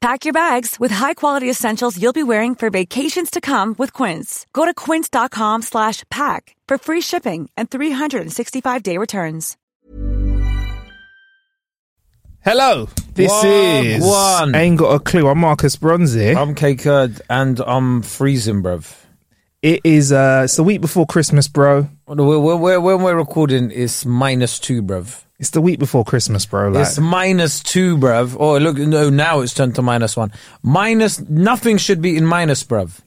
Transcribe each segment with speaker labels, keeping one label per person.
Speaker 1: Pack your bags with high-quality essentials you'll be wearing for vacations to come with Quince. Go to quince.com slash pack for free shipping and 365-day returns.
Speaker 2: Hello, this
Speaker 3: One,
Speaker 2: is
Speaker 3: one.
Speaker 2: Ain't got a clue. I'm Marcus Bronze.
Speaker 3: I'm K Curd and I'm freezing, bruv.
Speaker 2: It is uh, it's the week before Christmas, bro.
Speaker 3: When we're, when we're- when we're recording, it's minus two, bruv.
Speaker 2: It's the week before Christmas, bro. Like,
Speaker 3: It's minus two, bruv. Oh, look, no, now it's turned to minus one. Minus, nothing should be in minus, bruv.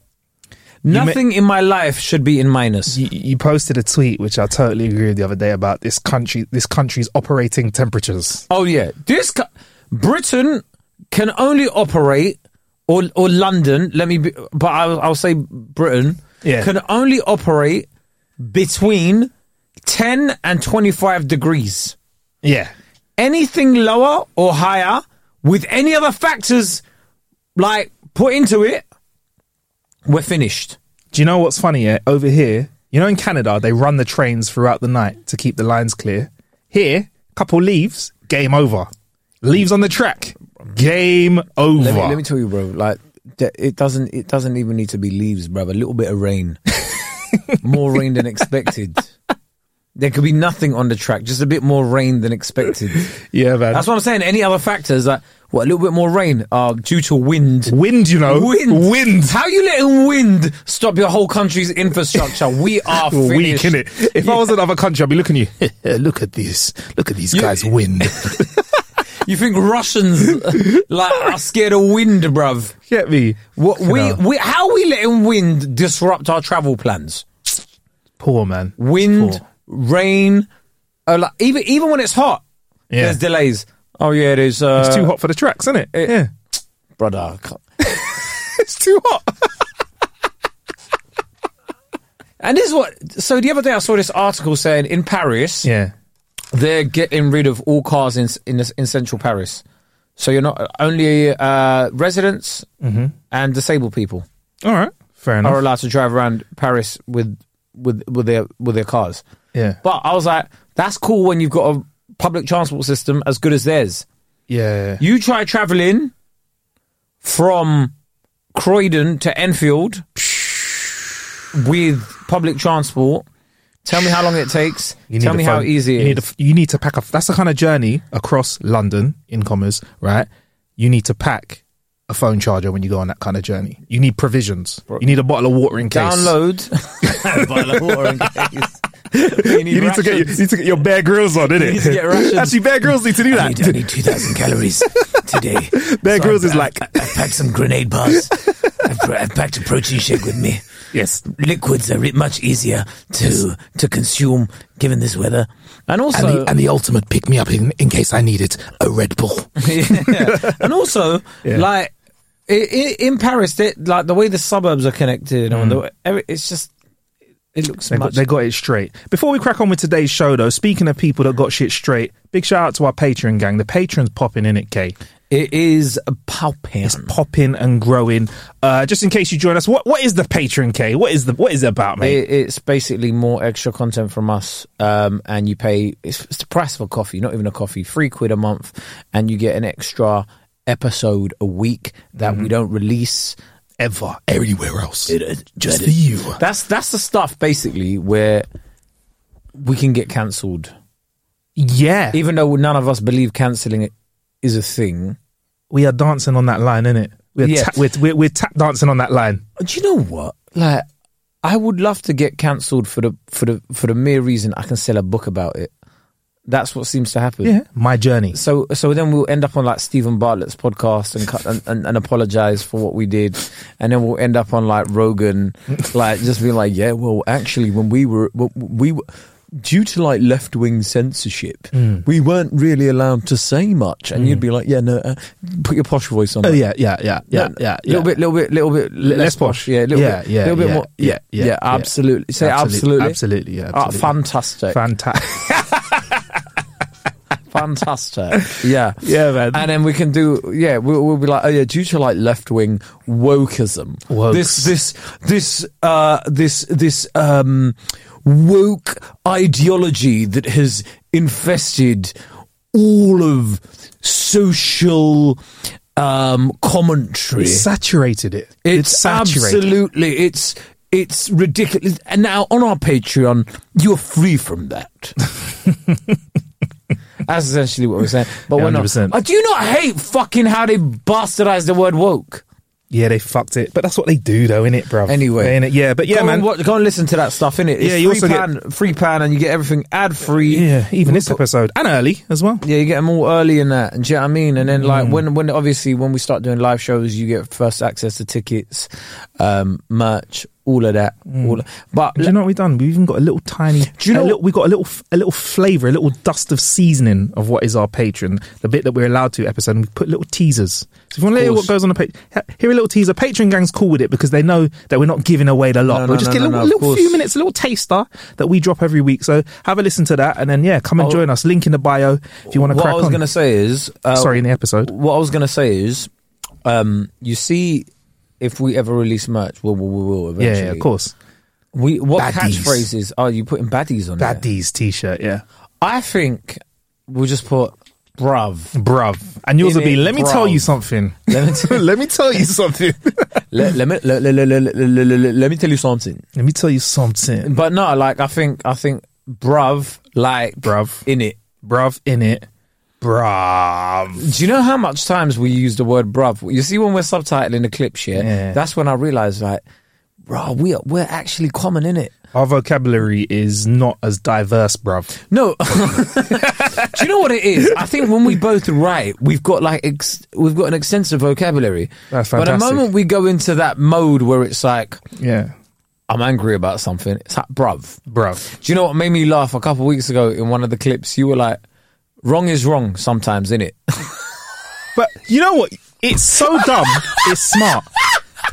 Speaker 2: ma-
Speaker 3: Nothing in my life should be in minus.
Speaker 2: you, you posted a tweet which I totally agree with the other day about this country, this country's operating temperatures.
Speaker 3: Oh, yeah. This, co- Britain can only operate, or, or London, let me be, but I'll, I'll say Britain,
Speaker 2: Yeah.
Speaker 3: can only operate between 10 and 25 degrees.
Speaker 2: Yeah,
Speaker 3: anything lower or higher with any other factors like put into it, we're finished.
Speaker 2: Do you know what's funny? Yeah? Over here, you know, in Canada, they run the trains throughout the night to keep the lines clear. Here, couple leaves, game over. Leaves on the track, game over.
Speaker 3: Let me, let me tell you, bro. Like th- it doesn't. It doesn't even need to be leaves, bro. A little bit of rain, more rain than expected. There could be nothing on the track. Just a bit more rain than expected.
Speaker 2: yeah, man.
Speaker 3: That's what I'm saying. Any other factors? Like what? A little bit more rain uh, due to wind.
Speaker 2: wind, you know,
Speaker 3: Wind.
Speaker 2: wind.
Speaker 3: How you letting wind stop your whole country's infrastructure? We are
Speaker 2: Weak,
Speaker 3: finished.
Speaker 2: innit? If I was another country, I'd be looking at you. Look at this. Look at these
Speaker 3: You-
Speaker 2: guys wind.
Speaker 3: You think Russians like are scared of wind, bruv?
Speaker 2: Get me.
Speaker 3: What we,
Speaker 2: Fucking hell.
Speaker 3: we how are we letting wind disrupt our travel plans?
Speaker 2: Poor man.
Speaker 3: Wind,
Speaker 2: Poor.
Speaker 3: rain, uh, like, even even when it's hot,
Speaker 2: Yeah.
Speaker 3: there's delays. Oh yeah, it is. Uh,
Speaker 2: It's too hot for the tracks, isn't it? yeah.
Speaker 3: brother. I can't-
Speaker 2: It's too hot.
Speaker 3: And this is what. So the other day I saw this article saying in Paris
Speaker 2: yeah.
Speaker 3: they're getting rid of all cars in in, in central Paris. So you're not only uh, residents
Speaker 2: Mm-hmm.
Speaker 3: and disabled people.
Speaker 2: All right. Fair enough.
Speaker 3: are allowed to drive around Paris with with with their with their cars.
Speaker 2: Yeah.
Speaker 3: But I was like, that's cool when you've got a public transport system as good as theirs.
Speaker 2: yeah.
Speaker 3: You try travelling from Croydon to Enfield with public transport. Tell me how long it takes.
Speaker 2: You need
Speaker 3: Tell
Speaker 2: a
Speaker 3: me how
Speaker 2: phone.
Speaker 3: easy it
Speaker 2: you need. A,
Speaker 3: is.
Speaker 2: f- you need to pack. A, f- that's the kind of journey across London, in commas, right? You need to pack a phone charger when you go on that kind of journey. You need provisions. You need a bottle of water in case.
Speaker 3: Download. Bottle of water in case.
Speaker 2: You need, to get your, you need to get your Bear Grylls on, innit?
Speaker 3: need to get rations.
Speaker 2: Actually, Bear Grylls need to do that.
Speaker 3: two thousand calories today.
Speaker 2: Bear Grylls is like,
Speaker 3: I packed some grenade bars. I've, I've packed a protein shake with me.
Speaker 2: yes,
Speaker 3: Liquids are much easier to to consume given this weather, and
Speaker 4: and,
Speaker 3: also
Speaker 4: the, and the ultimate pick me up in, in case I needed a Red Bull.
Speaker 3: Yeah. and also
Speaker 2: Yeah.
Speaker 3: like in, in Paris, they, like the way the suburbs are connected, and the, way- every- it's just it looks
Speaker 2: They got,
Speaker 3: much.
Speaker 2: they got it straight. Before we crack on with today's show, though, speaking of people that got shit straight, big shout out to our Patreon gang. The patrons popping in it, Kay.
Speaker 3: it is palpable.
Speaker 2: It's popping and growing. Uh, just in case you join us, what what is the Patreon, Kay? What is the what is it about, mate?
Speaker 3: It, it's basically more extra content from us, um, and you pay it's, it's the price of a coffee, not even a coffee, three quid a month, and you get an extra episode a week that we don't release.
Speaker 2: Ever.
Speaker 4: Everywhere else. just for you.
Speaker 3: That's that's the stuff basically where we can get cancelled,
Speaker 2: Yeah.
Speaker 3: even though none of us believe cancelling it is a thing.
Speaker 2: we are dancing on that line, innit? We're,
Speaker 3: Yeah.
Speaker 2: tap, we're, we're, we're tap dancing on that line.
Speaker 3: Do you know what? Like, I would love to get cancelled for the for the for the mere reason I can sell a book about it. That's what seems to happen.
Speaker 2: Yeah, my journey.
Speaker 3: So so then we'll end up on like Stephen Bartlett's podcast and cut, and, and, and apologize for what we did, and then we'll end up on like Rogan, like just being like, yeah, well, actually, when we were w- we were. Due to like left wing censorship,
Speaker 2: Hmm.
Speaker 3: we weren't really allowed to say much, and you'd be like, "Yeah, no, uh, put your posh voice on."
Speaker 2: Oh
Speaker 3: that."
Speaker 2: yeah, yeah, yeah, yeah,
Speaker 3: No,
Speaker 2: yeah.
Speaker 3: Little bit, little bit, little bit less,
Speaker 2: less posh.
Speaker 3: Yeah, little
Speaker 2: Yeah,
Speaker 3: bit,
Speaker 2: yeah,
Speaker 3: little bit
Speaker 2: yeah,
Speaker 3: more.
Speaker 2: yeah,
Speaker 3: Yeah,
Speaker 2: yeah,
Speaker 3: yeah,
Speaker 2: yeah.
Speaker 3: absolutely. Say
Speaker 2: Absolute-
Speaker 3: absolutely,
Speaker 2: absolutely, yeah,
Speaker 3: Ah,
Speaker 2: absolutely.
Speaker 3: fantastic,
Speaker 2: Fantastic.
Speaker 3: fantastic. Yeah,
Speaker 2: Yeah, man.
Speaker 3: And then we can do. Yeah, we'll, we'll be like, oh yeah, due to like left wing wokeism,
Speaker 2: Wokes.
Speaker 3: this, this, this, uh, this, this, um, woke ideology that has infested all of social um commentary
Speaker 2: saturated it.
Speaker 3: It's,
Speaker 2: saturated.
Speaker 3: absolutely it's it's ridiculous. And now on our Patreon, you're free from that. That's essentially what we're saying. But
Speaker 2: Yeah,
Speaker 3: we're not.
Speaker 2: 100%.
Speaker 3: Uh, do you not hate fucking how they bastardized the word woke?
Speaker 2: yeah, they fucked it. But that's what they do, though, innit, bruv?
Speaker 3: Anyway.
Speaker 2: Innit? Yeah, but yeah,
Speaker 3: go
Speaker 2: man.
Speaker 3: and, watch- go and listen to that stuff in it.
Speaker 2: Yeah, you
Speaker 3: It's
Speaker 2: also
Speaker 3: free
Speaker 2: get-
Speaker 3: pan, free pan, and you get everything ad free.
Speaker 2: Yeah, even this episode and early as well.
Speaker 3: Yeah, you get them all early and that. Do you know what I mean? And then
Speaker 2: Mm.
Speaker 3: like when when obviously when we start doing live shows, you get first access to tickets, um, merch, all of that. All but
Speaker 2: Mm. Do you know what we've done? We've even got a little tiny.
Speaker 3: Do you know-
Speaker 2: a little, we've got a little, f- a little flavour, a little dust of seasoning of what is our patron, the bit that we're allowed to episode. And we put little teasers. So if you want to hear what
Speaker 3: course.
Speaker 2: goes on the page, hear a little teaser. Patron gang's cool with it because they know that we're not giving away the lot.
Speaker 3: No,
Speaker 2: we'll
Speaker 3: no,
Speaker 2: just
Speaker 3: no,
Speaker 2: get
Speaker 3: no,
Speaker 2: a little,
Speaker 3: no, of
Speaker 2: little few
Speaker 3: course.
Speaker 2: minutes, a little taster that we drop every week. So have a listen to that, and then yeah, come and
Speaker 3: Oh.
Speaker 2: join us. Link in the bio if you want to
Speaker 3: what
Speaker 2: crack
Speaker 3: I was
Speaker 2: on.
Speaker 3: going to say is uh,
Speaker 2: Sorry, in the episode.
Speaker 3: What I was going to say is, um, you see, if we ever release merch, we will, we will
Speaker 2: Yeah,
Speaker 3: eventually.
Speaker 2: yeah, of course.
Speaker 3: We what
Speaker 2: Baddies.
Speaker 3: catchphrases are you putting baddies on? there?
Speaker 2: Daddy's t-shirt, yeah,
Speaker 3: I think we'll just put bruv.
Speaker 2: bruv. And yours
Speaker 3: In
Speaker 2: will be.
Speaker 3: it,
Speaker 2: Let me tell
Speaker 3: bruv.
Speaker 2: you something.
Speaker 3: Let me t-
Speaker 2: Let me tell you something.
Speaker 3: let, let me let, let, let, let, let- let- let me tell you something.
Speaker 2: Let me tell you something.
Speaker 3: But no, like I think I think bruv like
Speaker 2: Bruv.
Speaker 3: in it.
Speaker 2: Bruv in it. Bruv.
Speaker 3: Do you know how much times we use the word bruv? You see, when we're subtitling the clip shit,
Speaker 2: Yeah.
Speaker 3: that's when I realized like, bruh, we are, we're actually common in it.
Speaker 2: Our vocabulary is not as diverse, bruv.
Speaker 3: No. Do you know what it is? I think when we both write, we've got like ex- we've got an extensive vocabulary.
Speaker 2: That's
Speaker 3: But the
Speaker 2: fantastic.
Speaker 3: moment we go into that mode where it's like
Speaker 2: Yeah.
Speaker 3: I'm angry about something, it's like bruv.
Speaker 2: Bruv.
Speaker 3: Do you know what made me laugh a couple of weeks ago in one of the clips? You were like, "Wrong is wrong sometimes, innit?"
Speaker 2: But you know what? It's so dumb, it's smart.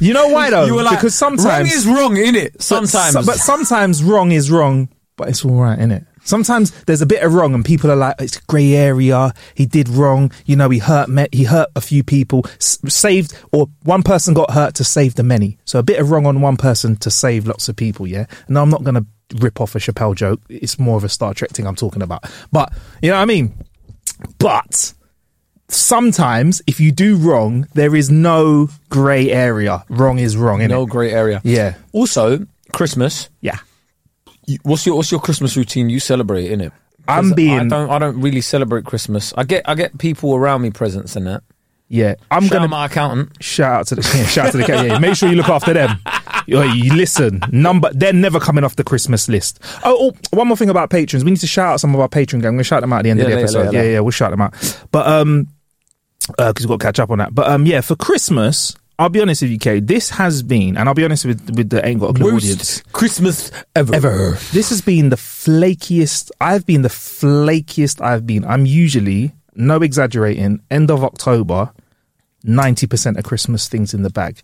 Speaker 2: You know why though?
Speaker 3: you were like,
Speaker 2: because sometimes
Speaker 3: wrong is wrong, innit?"
Speaker 2: but
Speaker 3: Sometimes,
Speaker 2: so- but sometimes wrong is wrong, but it's all right, innit? Sometimes there's a bit of wrong, and people are like, "It's grey area. He did wrong. You know, he hurt me- he hurt a few people, s- saved or one person got hurt to save the many. So a bit of wrong on one person to save lots of people. Yeah. No, I'm not gonna rip off a Chappelle joke. It's more of a Star Trek thing I'm talking about. But you know what I mean. But sometimes if you do wrong, there is no grey area. Wrong is wrong, innit?
Speaker 3: no grey area.
Speaker 2: Yeah.
Speaker 3: Also, Christmas.
Speaker 2: Yeah.
Speaker 3: You- What's your what's your Christmas routine? You celebrate, innit?
Speaker 2: I'm
Speaker 3: I
Speaker 2: being
Speaker 3: don't. I don't really celebrate Christmas. I get. I get people around me presents and that.
Speaker 2: Yeah, I'm
Speaker 3: Shout out
Speaker 2: gonna
Speaker 3: my accountant.
Speaker 2: shout out to the yeah, shout out to the cat. Yeah, make sure you look after them. Yo, You listen, number they're never coming off the Christmas list. Oh, oh, one more thing about patrons. We need to shout out some of our patron gang. I'm gonna shout them out at the end
Speaker 3: Yeah,
Speaker 2: of the
Speaker 3: later,
Speaker 2: episode.
Speaker 3: later,
Speaker 2: yeah,
Speaker 3: later.
Speaker 2: yeah, we'll shout them out. But um, because we've got to catch up on that. But um, yeah, for Christmas. I'll be honest with you, Kay. This has been, and I'll be honest with with the ain't got a clue audience.
Speaker 3: Christmas ever.
Speaker 2: Ever. This has been the flakiest. I've been the flakiest I've been. I'm usually, no exaggerating, end of October, 90% of Christmas things in the bag.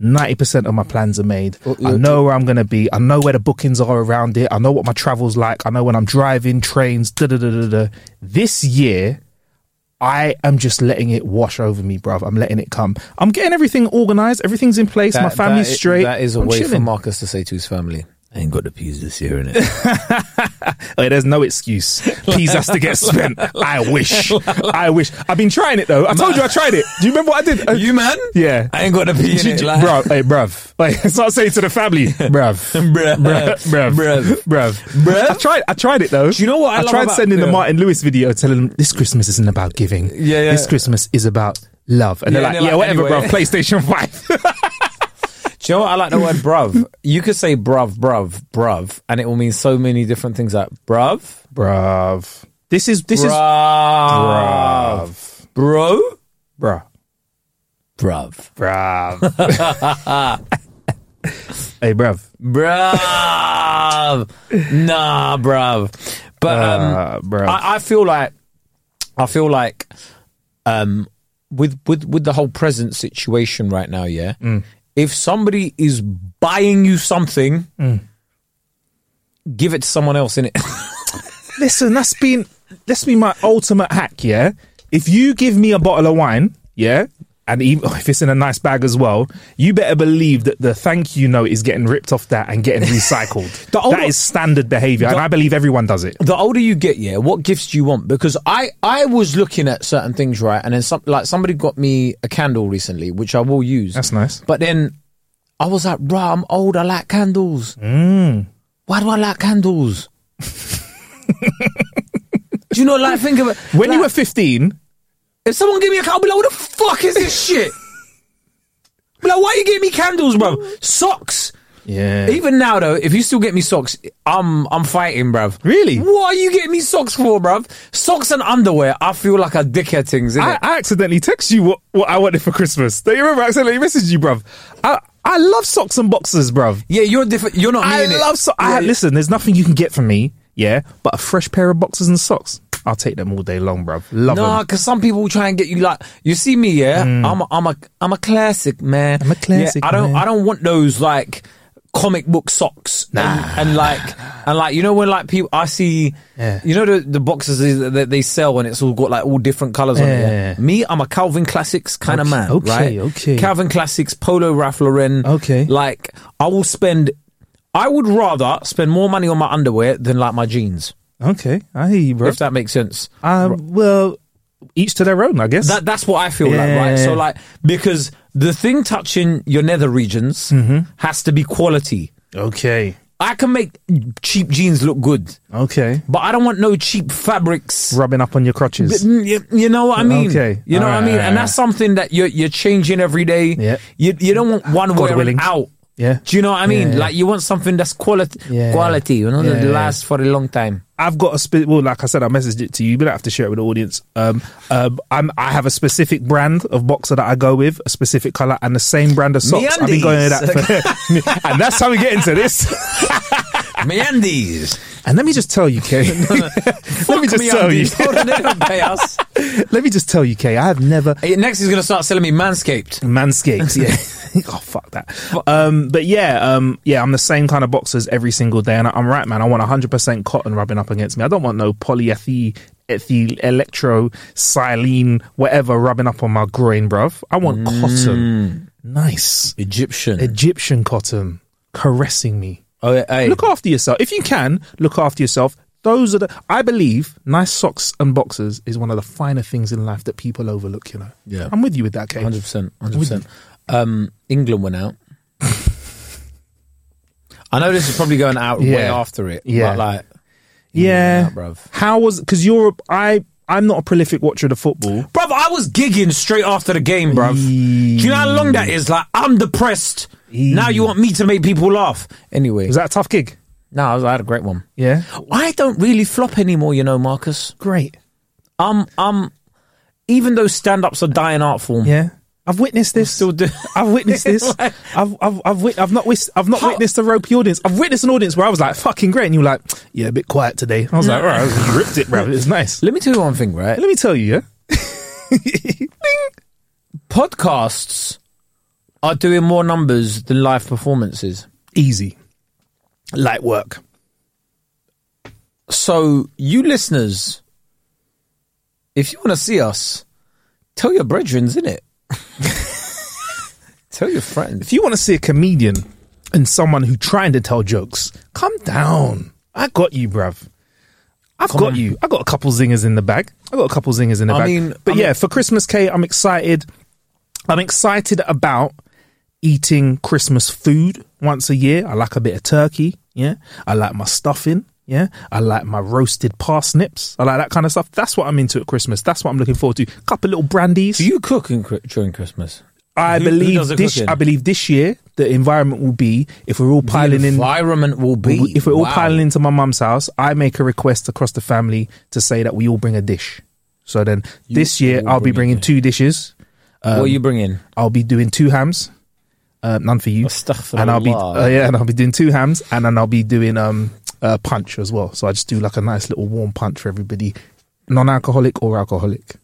Speaker 2: 90% of my plans are made. I know where I'm going to be. I know where the bookings are around it. I know what my travel's like. I know when I'm driving, trains, da da da da da. This year, I am just letting it wash over me, bruv. I'm letting it come. I'm getting everything organized. Everything's in place. my
Speaker 3: That-
Speaker 2: family's
Speaker 3: that i-
Speaker 2: straight.
Speaker 3: That is a
Speaker 2: I'm
Speaker 3: way for
Speaker 2: chilling.
Speaker 3: Marcus to say to his family, "I ain't got the peas this year, innit?"
Speaker 2: Like, there's no excuse. Please has to get spent. I wish. I wish. I've been trying it though. I told you I tried it. Do you remember what I did? Uh,
Speaker 3: you man?
Speaker 2: Yeah.
Speaker 3: I ain't got the peas.
Speaker 2: G-
Speaker 3: innit?
Speaker 2: g-
Speaker 3: Like-
Speaker 2: bruv, hey, bruv. Like, start saying to the family, bruv,
Speaker 3: Bruv.
Speaker 2: bruv,
Speaker 3: Bruv.
Speaker 2: bruv, bruv,
Speaker 3: Bruv.
Speaker 2: I tried. I tried it though.
Speaker 3: Do you know what I
Speaker 2: I
Speaker 3: love
Speaker 2: tried
Speaker 3: about-
Speaker 2: sending
Speaker 3: yeah.
Speaker 2: the Martin Lewis video, telling them this Christmas isn't about giving.
Speaker 3: Yeah, yeah.
Speaker 2: This Christmas is about love, and
Speaker 3: Yeah,
Speaker 2: they're like,
Speaker 3: and they're
Speaker 2: yeah,
Speaker 3: like,
Speaker 2: whatever,
Speaker 3: anyway.
Speaker 2: bruv. PlayStation Five.
Speaker 3: Do Do you know what? I like the word bruv. You could say bruv, bruv, bruv, and it will mean so many different things like bruv,
Speaker 2: Bruv. This is this is
Speaker 3: bruv,
Speaker 2: bruv.
Speaker 3: bro,
Speaker 2: Bruh.
Speaker 3: bruv,
Speaker 2: Bruv. hey, bruv.
Speaker 3: bruv, nah, bruv. But
Speaker 2: Uh,
Speaker 3: um,
Speaker 2: bruv.
Speaker 3: I, I feel like I feel like um, with with with the whole present situation right now, yeah.
Speaker 2: Mm.
Speaker 3: If somebody is buying you something,
Speaker 2: Mm.
Speaker 3: give it to someone else in it.
Speaker 2: Listen, that's been that's been my ultimate hack. Yeah, if you give me a bottle of wine, yeah, and even, if it's in a nice bag as well, you better believe that the thank you note is getting ripped off that and getting recycled.
Speaker 3: The older-
Speaker 2: that is standard behaviour, and I believe everyone does it.
Speaker 3: the older you get, yeah, what gifts do you want? Because I I was looking at certain things, right, and then some like somebody got me a candle recently, which I will use.
Speaker 2: That's nice.
Speaker 3: But then I was like, bro, I'm old. I like candles.
Speaker 2: Mm.
Speaker 3: Why do I like candles? do you know? Like, think of it.
Speaker 2: When you
Speaker 3: like,
Speaker 2: were fifteen,
Speaker 3: if someone gave me a candle, I'd be like, what the fuck is this shit? I'd be like, why you giving me candles, bro? Socks.
Speaker 2: yeah,
Speaker 3: Even now though, if you still get me socks, I'm I'm fighting, bruv.
Speaker 2: Really?
Speaker 3: What are you getting me socks for, bruv? Socks and underwear, I feel like a dickhead things, innit?
Speaker 2: I, I accidentally texted you what, what I wanted for Christmas. Don't you remember? I accidentally messaged you, bruv. I I love socks and boxers, bruv.
Speaker 3: yeah, you're different you're not me
Speaker 2: I
Speaker 3: innit?
Speaker 2: love so. I,
Speaker 3: Yeah.
Speaker 2: listen, there's nothing you can get from me, yeah, but a fresh pair of boxers and socks. I'll take them all day long, bruv. Love
Speaker 3: Nah,
Speaker 2: them.
Speaker 3: because some people try and get you like you see me, yeah. I'm a, I'm a I'm a classic man.
Speaker 2: Mm. I'm a
Speaker 3: Yeah,
Speaker 2: classic
Speaker 3: I don't
Speaker 2: man.
Speaker 3: I don't want those like comic book socks. Nah. And, and like and like you know when like people I see
Speaker 2: Yeah.
Speaker 3: you know the the boxes is- that they sell and it's all got like all different colors on it. yeah?
Speaker 2: Yeah.
Speaker 3: Me, I'm a Calvin Classics kind of
Speaker 2: Okay,
Speaker 3: man.
Speaker 2: okay,
Speaker 3: right?
Speaker 2: okay.
Speaker 3: Calvin Classics, Polo Ralph Lauren.
Speaker 2: Okay.
Speaker 3: Like I will spend. I would rather spend more money on my underwear than like my jeans,
Speaker 2: Okay, I hear you, bro.
Speaker 3: if that makes sense.
Speaker 2: Um, well, each to their own, I guess.
Speaker 3: That that's what I feel like,
Speaker 2: Yeah.
Speaker 3: right? So like because the thing touching your nether regions
Speaker 2: Mm-hmm.
Speaker 3: has to be quality.
Speaker 2: okay,
Speaker 3: I can make cheap jeans look good,
Speaker 2: okay.
Speaker 3: but I don't want no cheap fabrics.
Speaker 2: Rubbing up on your
Speaker 3: But,
Speaker 2: crutches.
Speaker 3: mm, You, you know what I mean?
Speaker 2: Okay.
Speaker 3: You know what I mean?
Speaker 2: Alright.
Speaker 3: And that's something that you're you're changing every day.
Speaker 2: Yeah.
Speaker 3: You you don't want one wearing
Speaker 2: willing.
Speaker 3: out.
Speaker 2: Yeah.
Speaker 3: Do you know what I mean?
Speaker 2: Yeah.
Speaker 3: Like you want something that's quality
Speaker 2: Yeah.
Speaker 3: quality, you know, that
Speaker 2: Yeah.
Speaker 3: lasts for a long time.
Speaker 2: I've got a spe- well, like I said, I messaged it to you. You don't have to share it with the audience. Um, um, I'm I have a specific brand of boxer that I go with, a specific color, and the same brand of socks. I've been going with that, for, and that's how we get into this.
Speaker 3: Meandies.
Speaker 2: And let me just tell you, Kay. let me just tell you.
Speaker 3: they don't pay us.
Speaker 2: Let me just tell you, Kay. I have never
Speaker 3: Hey, Next he's gonna start selling me manscaped.
Speaker 2: Manscaped, yeah. oh fuck that. Um, but yeah, um, yeah, I'm the same kind of boxers every single day, and I, I'm right, man. I want 100% cotton rubbing up against me. I don't want no polyethy, ethy, electro, silene, whatever rubbing up on my groin, bruv. I want cotton, nice
Speaker 3: Egyptian.
Speaker 2: Egyptian cotton caressing me.
Speaker 3: Oh, yeah, hey.
Speaker 2: Look after yourself if you can. Look after yourself. Those are the. I believe nice socks and boxers is one of the finer things in life that people overlook. You know.
Speaker 3: Yeah.
Speaker 2: I'm with you with that, Kate.
Speaker 3: hundred percent, hundred percent. Um, England went out. I know this is probably going out way
Speaker 2: Yeah.
Speaker 3: after it.
Speaker 2: Yeah.
Speaker 3: but like
Speaker 2: Yeah,
Speaker 3: Yeah, bruv.
Speaker 2: How was because you're I I'm not a prolific watcher of the football.
Speaker 3: Bruv, I was gigging straight after the game, bruv. Do you know how long that is? Like, I'm depressed. Now you want me to make people laugh. Anyway,
Speaker 2: Was that a tough gig?
Speaker 3: no, I, was, I had a great one.
Speaker 2: Yeah,
Speaker 3: I don't really flop anymore, you know, Marcus.
Speaker 2: great.
Speaker 3: Um, um, even though stand-ups are dying art form.
Speaker 2: Yeah, I've witnessed this.
Speaker 3: Still do.
Speaker 2: I've witnessed this.
Speaker 3: Like-
Speaker 2: I've I've I've, wit- I've not wis- I've not
Speaker 3: How-
Speaker 2: witnessed a ropey audience. I've witnessed an audience where I was like fucking great, and you were like, yeah, a bit quiet today. I was like, all right, you ripped it, bro. It's nice.
Speaker 3: Let me tell you one thing, right?
Speaker 2: Let me tell you, yeah.
Speaker 3: Podcasts are doing more numbers than live performances.
Speaker 2: Easy, light work.
Speaker 3: So, you listeners, if you want to see us, tell your brethren, innit? tell your friends.
Speaker 2: If you want to see a comedian and someone who trying to tell jokes, come down. I got you, bruv. I've got you. I got a couple zingers in the bag. I got a couple zingers in the
Speaker 3: I
Speaker 2: bag.
Speaker 3: mean-
Speaker 2: but
Speaker 3: I
Speaker 2: yeah,
Speaker 3: mean-
Speaker 2: for Christmas, K, I'm excited. I'm excited about eating Christmas food once a year. I like a bit of turkey. Yeah. I like my stuffing. Yeah. I like my roasted parsnips. I like that kind of stuff. That's what I'm into at Christmas. That's what I'm looking forward to. Couple little brandies.
Speaker 3: Do you cook in, Chri- during Christmas?
Speaker 2: I
Speaker 3: Who- who
Speaker 2: believe
Speaker 3: does the
Speaker 2: this.
Speaker 3: cooking?
Speaker 2: I believe this year the environment will be if we're all piling
Speaker 3: the
Speaker 2: in.
Speaker 3: environment will be
Speaker 2: If we're all
Speaker 3: wow.
Speaker 2: piling into my mum's house, I make a request across the family to say that we all bring a dish. So then this year
Speaker 3: all
Speaker 2: I'll be
Speaker 3: bring a
Speaker 2: bringing
Speaker 3: dish.
Speaker 2: two dishes.
Speaker 3: Uh, what are you bringing?
Speaker 2: I'll be doing two hams, uh, none for you,
Speaker 3: Astaghfirullah.
Speaker 2: and I'll be uh, yeah, and I'll be doing two hams, and then I'll be doing um uh, punch as well. So I just do like a nice little warm punch for everybody, non-alcoholic or alcoholic.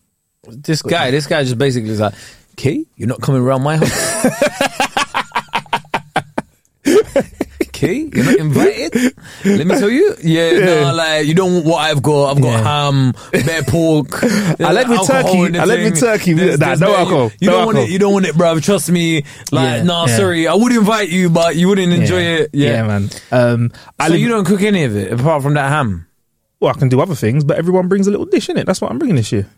Speaker 3: This guy, this guy just basically is like, Key, you're not coming around my house. Key, you're not invited. Let me tell you, yeah, no, like you don't want what I've got. I've got ham, bear pork.
Speaker 2: I left with turkey. I left with turkey. Nah, no
Speaker 3: bear-
Speaker 2: alcohol.
Speaker 3: You
Speaker 2: No
Speaker 3: don't want
Speaker 2: alcohol.
Speaker 3: it. You don't want it, bruv. Trust me. Like,
Speaker 2: Yeah,
Speaker 3: nah,
Speaker 2: yeah.
Speaker 3: sorry, I would invite you, but you wouldn't enjoy it. Yeah,
Speaker 2: man. Um, I
Speaker 3: So
Speaker 2: live-
Speaker 3: you don't cook any of it apart from that ham.
Speaker 2: well, I can do other things, but everyone brings a little dish in it. That's what I'm bringing this year.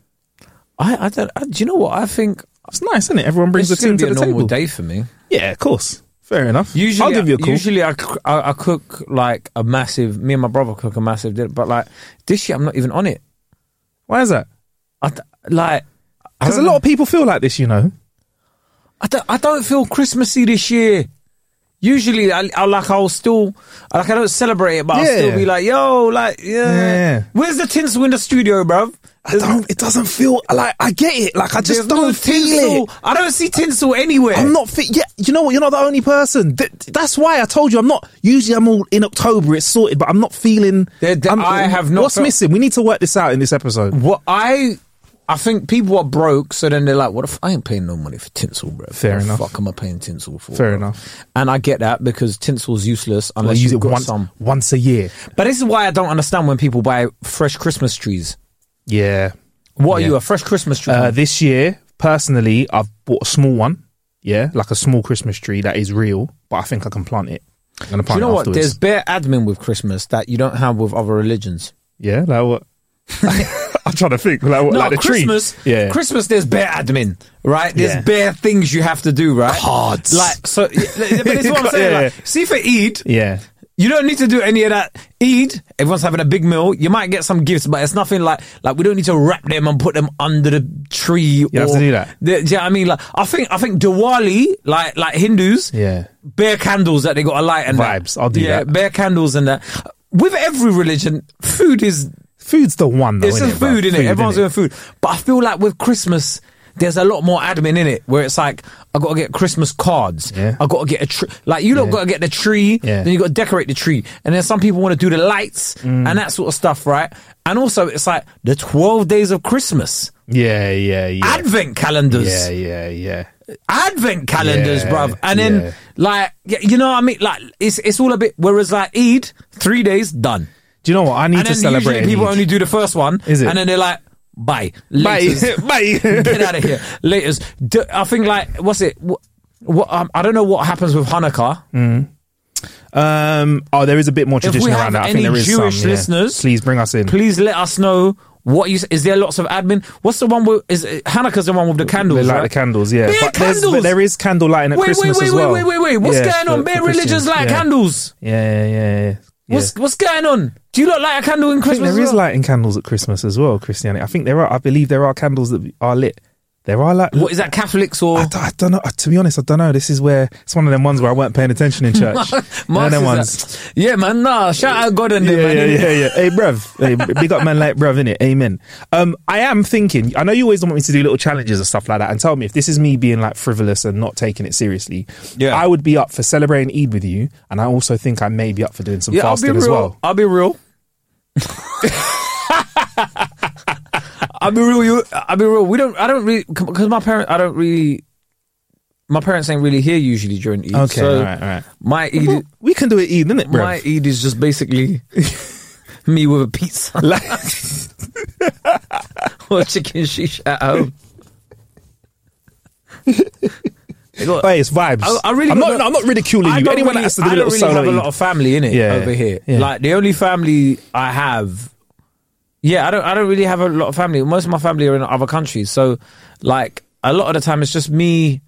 Speaker 3: I, I don't. I, do you know what I think?
Speaker 2: It's nice, isn't it? Everyone brings
Speaker 3: This
Speaker 2: a team
Speaker 3: could be
Speaker 2: to
Speaker 3: a
Speaker 2: the table.
Speaker 3: normal day for me.
Speaker 2: Yeah, of course. Fair enough.
Speaker 3: Usually,
Speaker 2: I'll give you a call.
Speaker 3: Usually, I, c- I- I cook like a massive. Me and my brother cook a massive dinner, but like this year, I'm not even on it.
Speaker 2: Why is that?
Speaker 3: I d- like I
Speaker 2: Because a
Speaker 3: don't
Speaker 2: lot of people feel like this, you know.
Speaker 3: I don't, I don't feel Christmassy this year. Usually, I, I like I'll still like I don't celebrate it, but I'll
Speaker 2: Yeah.
Speaker 3: still be like, yo, like yeah.
Speaker 2: Yeah.
Speaker 3: Where's the tinsel in the studio, bruv?
Speaker 2: I don't, it doesn't feel like I get it. Like I
Speaker 3: There's
Speaker 2: just
Speaker 3: no
Speaker 2: don't feel
Speaker 3: tinsel.
Speaker 2: it.
Speaker 3: I don't see tinsel anywhere.
Speaker 2: I'm not fit. Yeah, you know what? You're not the only person. Th- that's why I told you I'm not. Usually I'm all in October. It's sorted, but I'm not feeling.
Speaker 3: There- there-
Speaker 2: I'm-
Speaker 3: I have not
Speaker 2: What's
Speaker 3: felt-
Speaker 2: missing? We need to work this out in this episode.
Speaker 3: What I I think people are broke, so then they're like, "What if I ain't paying no money for tinsel, bro?
Speaker 2: Fair
Speaker 3: what
Speaker 2: enough.
Speaker 3: The fuck, am I paying tinsel for?
Speaker 2: Fair
Speaker 3: bruv?"
Speaker 2: enough.
Speaker 3: And I get that because tinsel's useless unless
Speaker 2: I use
Speaker 3: you
Speaker 2: it
Speaker 3: got
Speaker 2: once,
Speaker 3: some.
Speaker 2: once a year.
Speaker 3: But this is why I don't understand when people buy fresh Christmas trees.
Speaker 2: Yeah.
Speaker 3: What
Speaker 2: Yeah.
Speaker 3: are you a fresh Christmas tree?
Speaker 2: Uh,
Speaker 3: man?
Speaker 2: this year, personally, I've bought a small one. Yeah, like a small Christmas tree that is real, but I think I can plant it. I'm gonna
Speaker 3: Do you
Speaker 2: plant
Speaker 3: know
Speaker 2: it
Speaker 3: what?
Speaker 2: afterwards.
Speaker 3: There's bare admin with Christmas that you don't have with other religions.
Speaker 2: Yeah, like what? I'm trying to think. Like what?
Speaker 3: No,
Speaker 2: like the
Speaker 3: Christmas.
Speaker 2: tree. Yeah.
Speaker 3: Christmas. There's bare admin, right? There's
Speaker 2: Yeah.
Speaker 3: bare things you have to do, right?
Speaker 4: Cards.
Speaker 3: Like so. yeah, But this is what I'm saying.
Speaker 2: Yeah,
Speaker 3: like, see for Eid,
Speaker 2: yeah.
Speaker 3: You don't need to do any of that. Eid, everyone's having a big meal. You might get some gifts, but it's nothing like like we don't need to wrap them and put them under the tree. You or,
Speaker 2: have to do that.
Speaker 3: The, do you know what I mean? Like I think I think Diwali, like like Hindus,
Speaker 2: Yeah.
Speaker 3: bare candles that they got to light and that.
Speaker 2: Vibes, I'll do
Speaker 3: yeah,
Speaker 2: that.
Speaker 3: bare candles and that. With every religion, food is
Speaker 2: Food's the one though.
Speaker 3: it's
Speaker 2: Oh, innit,
Speaker 3: just
Speaker 2: bruv?
Speaker 3: food in it. Everyone's
Speaker 2: innit?
Speaker 3: doing food, but I feel like with Christmas. There's a lot more admin in it where it's like I gotta get Christmas cards.
Speaker 2: Yeah.
Speaker 3: I gotta get a tree. Like you don't gotta get the tree.
Speaker 2: Yeah.
Speaker 3: Then you gotta decorate the tree, and then some people want to do the lights
Speaker 2: Mm.
Speaker 3: and that sort of stuff, right? And also it's like the twelve days of Christmas,
Speaker 2: Yeah, yeah, yeah.
Speaker 3: Advent calendars,
Speaker 2: yeah, yeah, yeah.
Speaker 3: Advent calendars,
Speaker 2: Yeah,
Speaker 3: bruv. And then
Speaker 2: yeah.
Speaker 3: like y- you know what I mean? Like it's it's all a bit. Whereas like Eid, three days done
Speaker 2: Do you know what? I need
Speaker 3: and
Speaker 2: to
Speaker 3: then
Speaker 2: celebrate.
Speaker 3: usually people
Speaker 2: Eid.
Speaker 3: only do the first one,
Speaker 2: Is it?
Speaker 3: And then they're like, "Bye,
Speaker 2: Bye,
Speaker 3: Laters.
Speaker 2: bye.
Speaker 3: get out of here, laters." D- I think like, what's it? What, what um, I don't know what happens with Hanukkah.
Speaker 2: Hmm. Um. Oh, there is a bit more
Speaker 3: we
Speaker 2: tradition around
Speaker 3: have
Speaker 2: that. I think
Speaker 3: any
Speaker 2: there is
Speaker 3: Jewish
Speaker 2: some. yeah.
Speaker 3: listeners-
Speaker 2: Please bring us in.
Speaker 3: Please let us know what you. s- Is there lots of admin? What's the one with? Is it- Hanukkah's the one with the
Speaker 2: They
Speaker 3: candles?
Speaker 2: like
Speaker 3: right?
Speaker 2: the candles, yeah.
Speaker 3: Bare
Speaker 2: but there's-
Speaker 3: candles!
Speaker 2: But there is candle lighting at
Speaker 3: Wait, wait,
Speaker 2: Christmas
Speaker 3: wait,
Speaker 2: as
Speaker 3: wait,
Speaker 2: well.
Speaker 3: wait, wait, wait! What's
Speaker 2: Yeah,
Speaker 3: going
Speaker 2: for-
Speaker 3: on?
Speaker 2: for
Speaker 3: Bare
Speaker 2: Christians,
Speaker 3: religions like
Speaker 2: yeah.
Speaker 3: candles.
Speaker 2: Yeah, yeah, yeah. yeah.
Speaker 3: What's what's going on? Do you not light a candle in
Speaker 2: I think
Speaker 3: Christmas?
Speaker 2: there
Speaker 3: as
Speaker 2: is
Speaker 3: well?
Speaker 2: lighting candles at Christmas as well, Christianity. I think there are. I believe there are candles that are lit. There are like.
Speaker 3: what is that? Catholics or
Speaker 2: I, d- I don't know. To be honest, I don't know. This is where it's one of them ones where I weren't paying attention in church. one of
Speaker 3: Marx
Speaker 2: them
Speaker 3: is
Speaker 2: ones.
Speaker 3: that- Yeah, man. Nah, shout out God and
Speaker 2: Yeah,
Speaker 3: them,
Speaker 2: yeah,
Speaker 3: man.
Speaker 2: yeah, yeah. Hey, bruv. Hey, b- big up man like bruv, innit? Amen. Um, I am thinking, I know you always want me to do little challenges and stuff like that. And tell me if this is me being like frivolous and not taking it seriously.
Speaker 3: Yeah.
Speaker 2: I would be up for celebrating Eid with you. And I also think I may be up for doing some fasting
Speaker 3: I'll be
Speaker 2: as
Speaker 3: real.
Speaker 2: well.
Speaker 3: I'll be real. I'll be real. You, I'll be real. We don't. I don't really because my parents. I don't really. My parents ain't really here usually during Eid.
Speaker 2: Okay,
Speaker 3: so
Speaker 2: all right, all right.
Speaker 3: My Eid,
Speaker 2: Well, we can do it Eid, innit, bruv?
Speaker 3: my Eid is just basically me with a pizza or chicken shish at home. They got-
Speaker 2: Hey, it's vibes.
Speaker 3: I, I really
Speaker 2: am
Speaker 3: don't
Speaker 2: not.
Speaker 3: know-
Speaker 2: I'm not ridiculing
Speaker 3: I
Speaker 2: you.
Speaker 3: don't
Speaker 2: Anyone
Speaker 3: really-
Speaker 2: that has to do
Speaker 3: I
Speaker 2: a
Speaker 3: don't
Speaker 2: little solo,
Speaker 3: really have a
Speaker 2: Eid-
Speaker 3: lot of family in it
Speaker 2: Yeah,
Speaker 3: over here.
Speaker 2: yeah.
Speaker 3: Like the only family I have, yeah, I don't, I don't really have a lot of family. Most of my family are in other countries, so like a lot of the time it's just me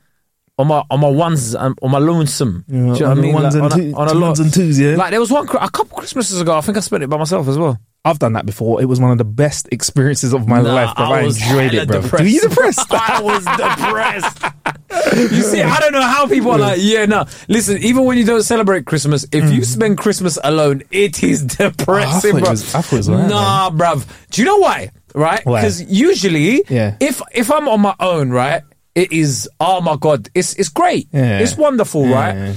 Speaker 3: on my on my ones um, on my lonesome. Do you
Speaker 2: on
Speaker 3: know what I
Speaker 2: the
Speaker 3: mean?
Speaker 2: ones
Speaker 3: Like,
Speaker 2: and
Speaker 3: on,
Speaker 2: two-
Speaker 3: a, on a
Speaker 2: ones
Speaker 3: lot
Speaker 2: and twos, yeah.
Speaker 3: Like there was one Chri- a couple Christmases ago, I think I spent it by myself as well.
Speaker 2: I've done that before. It was one of the best experiences of my
Speaker 3: Nah,
Speaker 2: life. Bro. I,
Speaker 3: I was
Speaker 2: enjoyed
Speaker 3: hella
Speaker 2: it, bro.
Speaker 3: depressed.
Speaker 2: Were you depressed?
Speaker 3: I was depressed. You see, I don't know how people are like, yeah, no. Listen, even when you don't celebrate Christmas, if
Speaker 2: Mm.
Speaker 3: you spend Christmas alone, it is depressing,
Speaker 2: Oh, it
Speaker 3: bruv.
Speaker 2: was- I thought it was alright,
Speaker 3: nah, bruv. Do you know why? Right?
Speaker 2: Why?
Speaker 3: Because usually,
Speaker 2: Yeah.
Speaker 3: if if I'm on my own, right, it is oh my god, it's it's great,
Speaker 2: Yeah.
Speaker 3: it's wonderful, right?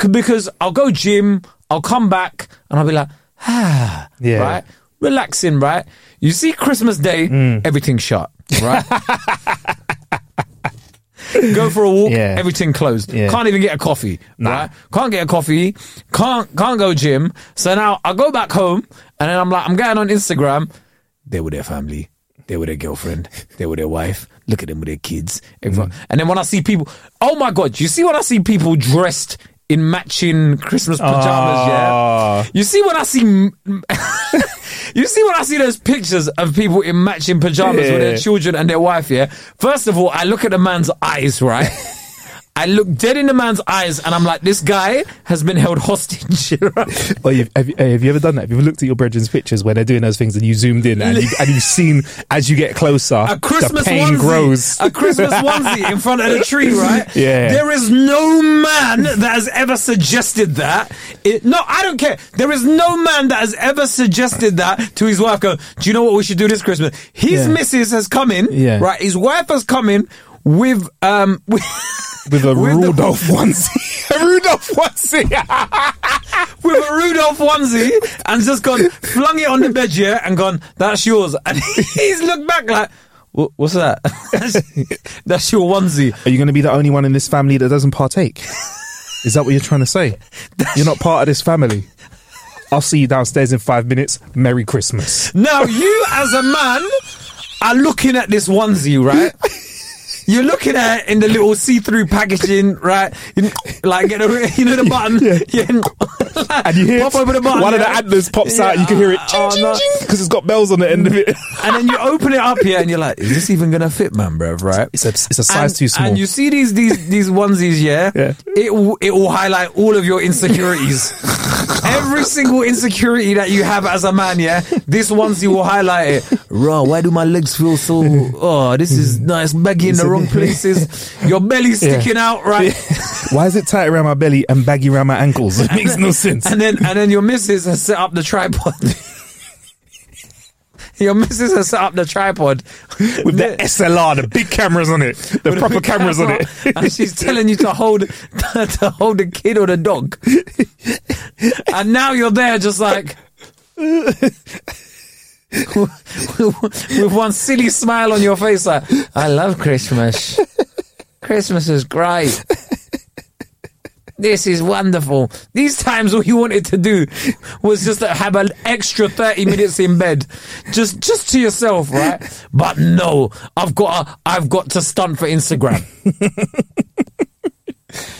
Speaker 3: C- Because I'll go gym, I'll come back, and I'll be like, ah,
Speaker 2: Yeah.
Speaker 3: right, relaxing, right. You see, Christmas Day,
Speaker 2: Mm.
Speaker 3: everything's shut, right. go for a walk,
Speaker 2: Yeah.
Speaker 3: everything closed.
Speaker 2: Yeah.
Speaker 3: Can't even get a coffee. Right? Can't get a coffee. Can't can't go gym. So now I go back home and then I'm like, I'm going on Instagram. They were their family. They were their girlfriend. They were their wife. Look at them with their kids. Everyone.
Speaker 2: Mm.
Speaker 3: And then when I see people, oh my god! You see when I see people dressed in matching Christmas pajamas,
Speaker 2: Ah.
Speaker 3: yeah. You see when I see, you see when I see those pictures of people in matching pajamas with their
Speaker 2: Yeah.
Speaker 3: children and their wife, yeah. First of all, I look at the man's eyes, right? I look dead in the man's eyes and I'm like, this guy has been held hostage. right?
Speaker 2: Well, Oh, you've, have, you, hey, have you ever done that? Have you ever looked at your brethren's pictures where they're doing those things and you zoomed in and, you, and you've seen as you get closer,
Speaker 3: A Christmas
Speaker 2: the pain
Speaker 3: onesie,
Speaker 2: grows.
Speaker 3: a Christmas onesie in front of the tree, right?
Speaker 2: Yeah.
Speaker 3: There is no man that has ever suggested that. It, no, I don't care. There is no man that has ever suggested that to his wife. Go, do you know what we should do this Christmas? His
Speaker 2: Yeah.
Speaker 3: missus has come in,
Speaker 2: Yeah.
Speaker 3: right? His wife has come in with um with,
Speaker 2: with a
Speaker 3: with the-
Speaker 2: Rudolph onesie. a Rudolph onesie.
Speaker 3: with a Rudolph onesie and just gone, flung it on the bed, yeah, and gone, that's yours. And he's looked back like, "Wha- what's that? that's your onesie.
Speaker 2: Are you going to be the only one in this family that doesn't partake? Is that what you're trying to say? You're not part of this family. I'll see you downstairs in five minutes. Merry Christmas.
Speaker 3: Now, you as a man are looking at this onesie, right? You're looking at it in the little see-through packaging, right? You kn- Like, you know, you know the button.
Speaker 2: Yeah.
Speaker 3: Yeah.
Speaker 2: And you hear
Speaker 3: Pop open the button,
Speaker 2: one of the
Speaker 3: yeah.
Speaker 2: antlers pops out. You can hear it
Speaker 3: Yeah. Oh, no.
Speaker 2: because it's got bells on the end of it.
Speaker 3: and then you open it up here, and you're like, "Is this even gonna fit, man, bruv?" Right?
Speaker 2: It's a- it's a size
Speaker 3: And-
Speaker 2: too small.
Speaker 3: And you see these these these onesies, yeah.
Speaker 2: Yeah.
Speaker 3: It will it will highlight all of your insecurities. Every single insecurity that you have as a man, yeah. This onesie will highlight it. Raw. Why do my legs feel so? Oh, this is nice. Baggy in the wrong places. Your belly sticking out, right?
Speaker 2: Why is it tight around my belly and baggy around my ankles? It makes no sense.
Speaker 3: And then and then your missus has set up the tripod. your missus has set up the tripod
Speaker 2: With the SLR, the big cameras on it, the proper cameras on it.
Speaker 3: and she's telling you to hold to hold the kid or the dog. And now you're there just like with one silly smile on your face like I love Christmas. Christmas is great. This is wonderful. These times all you wanted to do was just to have an extra 30 minutes in bed. Just just to yourself, right? But no, I've got to, I've got to stunt for Instagram.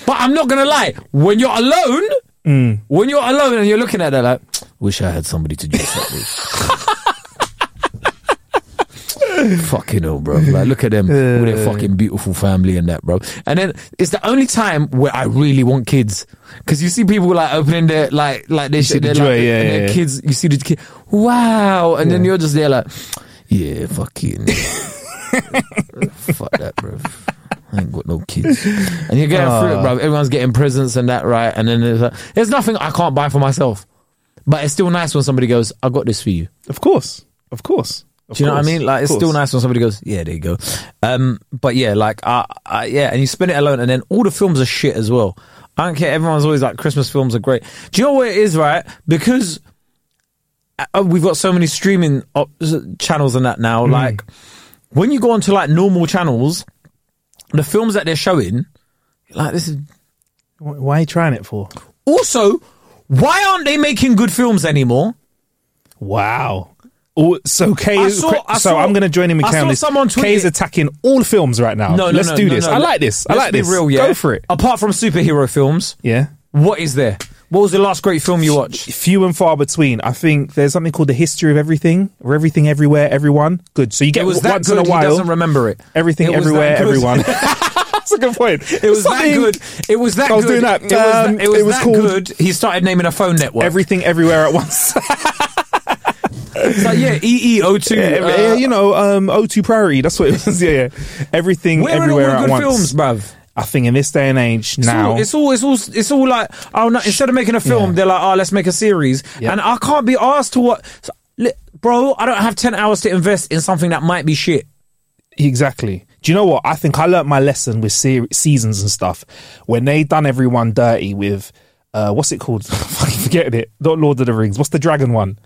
Speaker 3: But I'm not gonna lie, when you're alone,
Speaker 2: Mm.
Speaker 3: when you're alone and you're looking at that like, wish I had somebody to do that with. fucking hell, bro. Like, look at them with their fucking beautiful family and that, bro. And then it's the only time where I really want kids. Cause you see people like opening their like like their shit,
Speaker 2: the
Speaker 3: they're
Speaker 2: joy,
Speaker 3: like,
Speaker 2: yeah,
Speaker 3: and their
Speaker 2: yeah, yeah.
Speaker 3: kids. You see the kid, wow, and then you're just there like, yeah, fucking, fuck that, bro. I ain't got no kids. And you're getting through it, bro. Everyone's getting presents and that, right? And then there's, like, there's nothing I can't buy for myself. But it's still nice when somebody goes, I got this for you.
Speaker 2: Of course. Of course. Of
Speaker 3: Do you know
Speaker 2: course.
Speaker 3: what I mean? Like,
Speaker 2: Of
Speaker 3: it's still
Speaker 2: course.
Speaker 3: nice when somebody goes, "Yeah, there you go." Um, but yeah, like, I, I, yeah, and you spend it alone, and then all the films are shit as well. I don't care. Everyone's always like, "Christmas films are great." Do you know what it is, right? Because uh, we've got so many streaming op- channels and that
Speaker 2: Mm.
Speaker 3: now. Like, when you go onto like normal channels, the films that they're showing, like, this is
Speaker 2: Wh- Why are you trying it for?
Speaker 3: also why aren't they making good films anymore?
Speaker 2: Wow. Oh, so Kay,
Speaker 3: I saw- I
Speaker 2: so
Speaker 3: saw-
Speaker 2: I'm going to join him in
Speaker 3: I
Speaker 2: Kay on
Speaker 3: saw
Speaker 2: this.
Speaker 3: someone tweet
Speaker 2: Kay's
Speaker 3: it.
Speaker 2: attacking all films right now.
Speaker 3: No, no,
Speaker 2: Uh, let's
Speaker 3: no,
Speaker 2: do
Speaker 3: no,
Speaker 2: this.
Speaker 3: no.
Speaker 2: I like this. I
Speaker 3: Let's
Speaker 2: like
Speaker 3: be
Speaker 2: this.
Speaker 3: Real, yeah.
Speaker 2: Go for it.
Speaker 3: Apart from superhero films,
Speaker 2: Yeah.
Speaker 3: What is there? What was the last great film you watched?
Speaker 2: Few and far between. I think there's something called the history of everything, or everything everywhere, everyone. Good. So you get
Speaker 3: It was that
Speaker 2: once
Speaker 3: good.
Speaker 2: in a
Speaker 3: He
Speaker 2: while.
Speaker 3: doesn't remember it.
Speaker 2: everything
Speaker 3: It was that
Speaker 2: everywhere,
Speaker 3: good.
Speaker 2: everyone. That's a good point.
Speaker 3: It was that good. It was that.
Speaker 2: I was
Speaker 3: good.
Speaker 2: doing that.
Speaker 3: It was, that-
Speaker 2: Um,
Speaker 3: it was
Speaker 2: it was
Speaker 3: that
Speaker 2: called-
Speaker 3: good. He started naming a phone network.
Speaker 2: Everything everywhere at once.
Speaker 3: It's like, yeah, E uh, EEO2.
Speaker 2: Yeah, every- yeah, you know, um, O2 Priory. That's what it was. Yeah, yeah. Everything,
Speaker 3: where are all
Speaker 2: everywhere
Speaker 3: the
Speaker 2: at
Speaker 3: good
Speaker 2: once.
Speaker 3: films, bruv?
Speaker 2: I think in this day and age
Speaker 3: It's
Speaker 2: now,
Speaker 3: all, it's all, it's all, it's all like, oh no! Instead of making a film,
Speaker 2: Yeah.
Speaker 3: they're like, oh, let's make a series,
Speaker 2: Yeah.
Speaker 3: and I can't be asked to what, so, li- bro. I don't have ten hours to invest in something that might be shit.
Speaker 2: Exactly. Do you know what? I think I learnt my lesson with ser- seasons and stuff when they done everyone dirty with uh, what's it called? I fucking forgetting it. Not Lord of the Rings. What's the dragon one?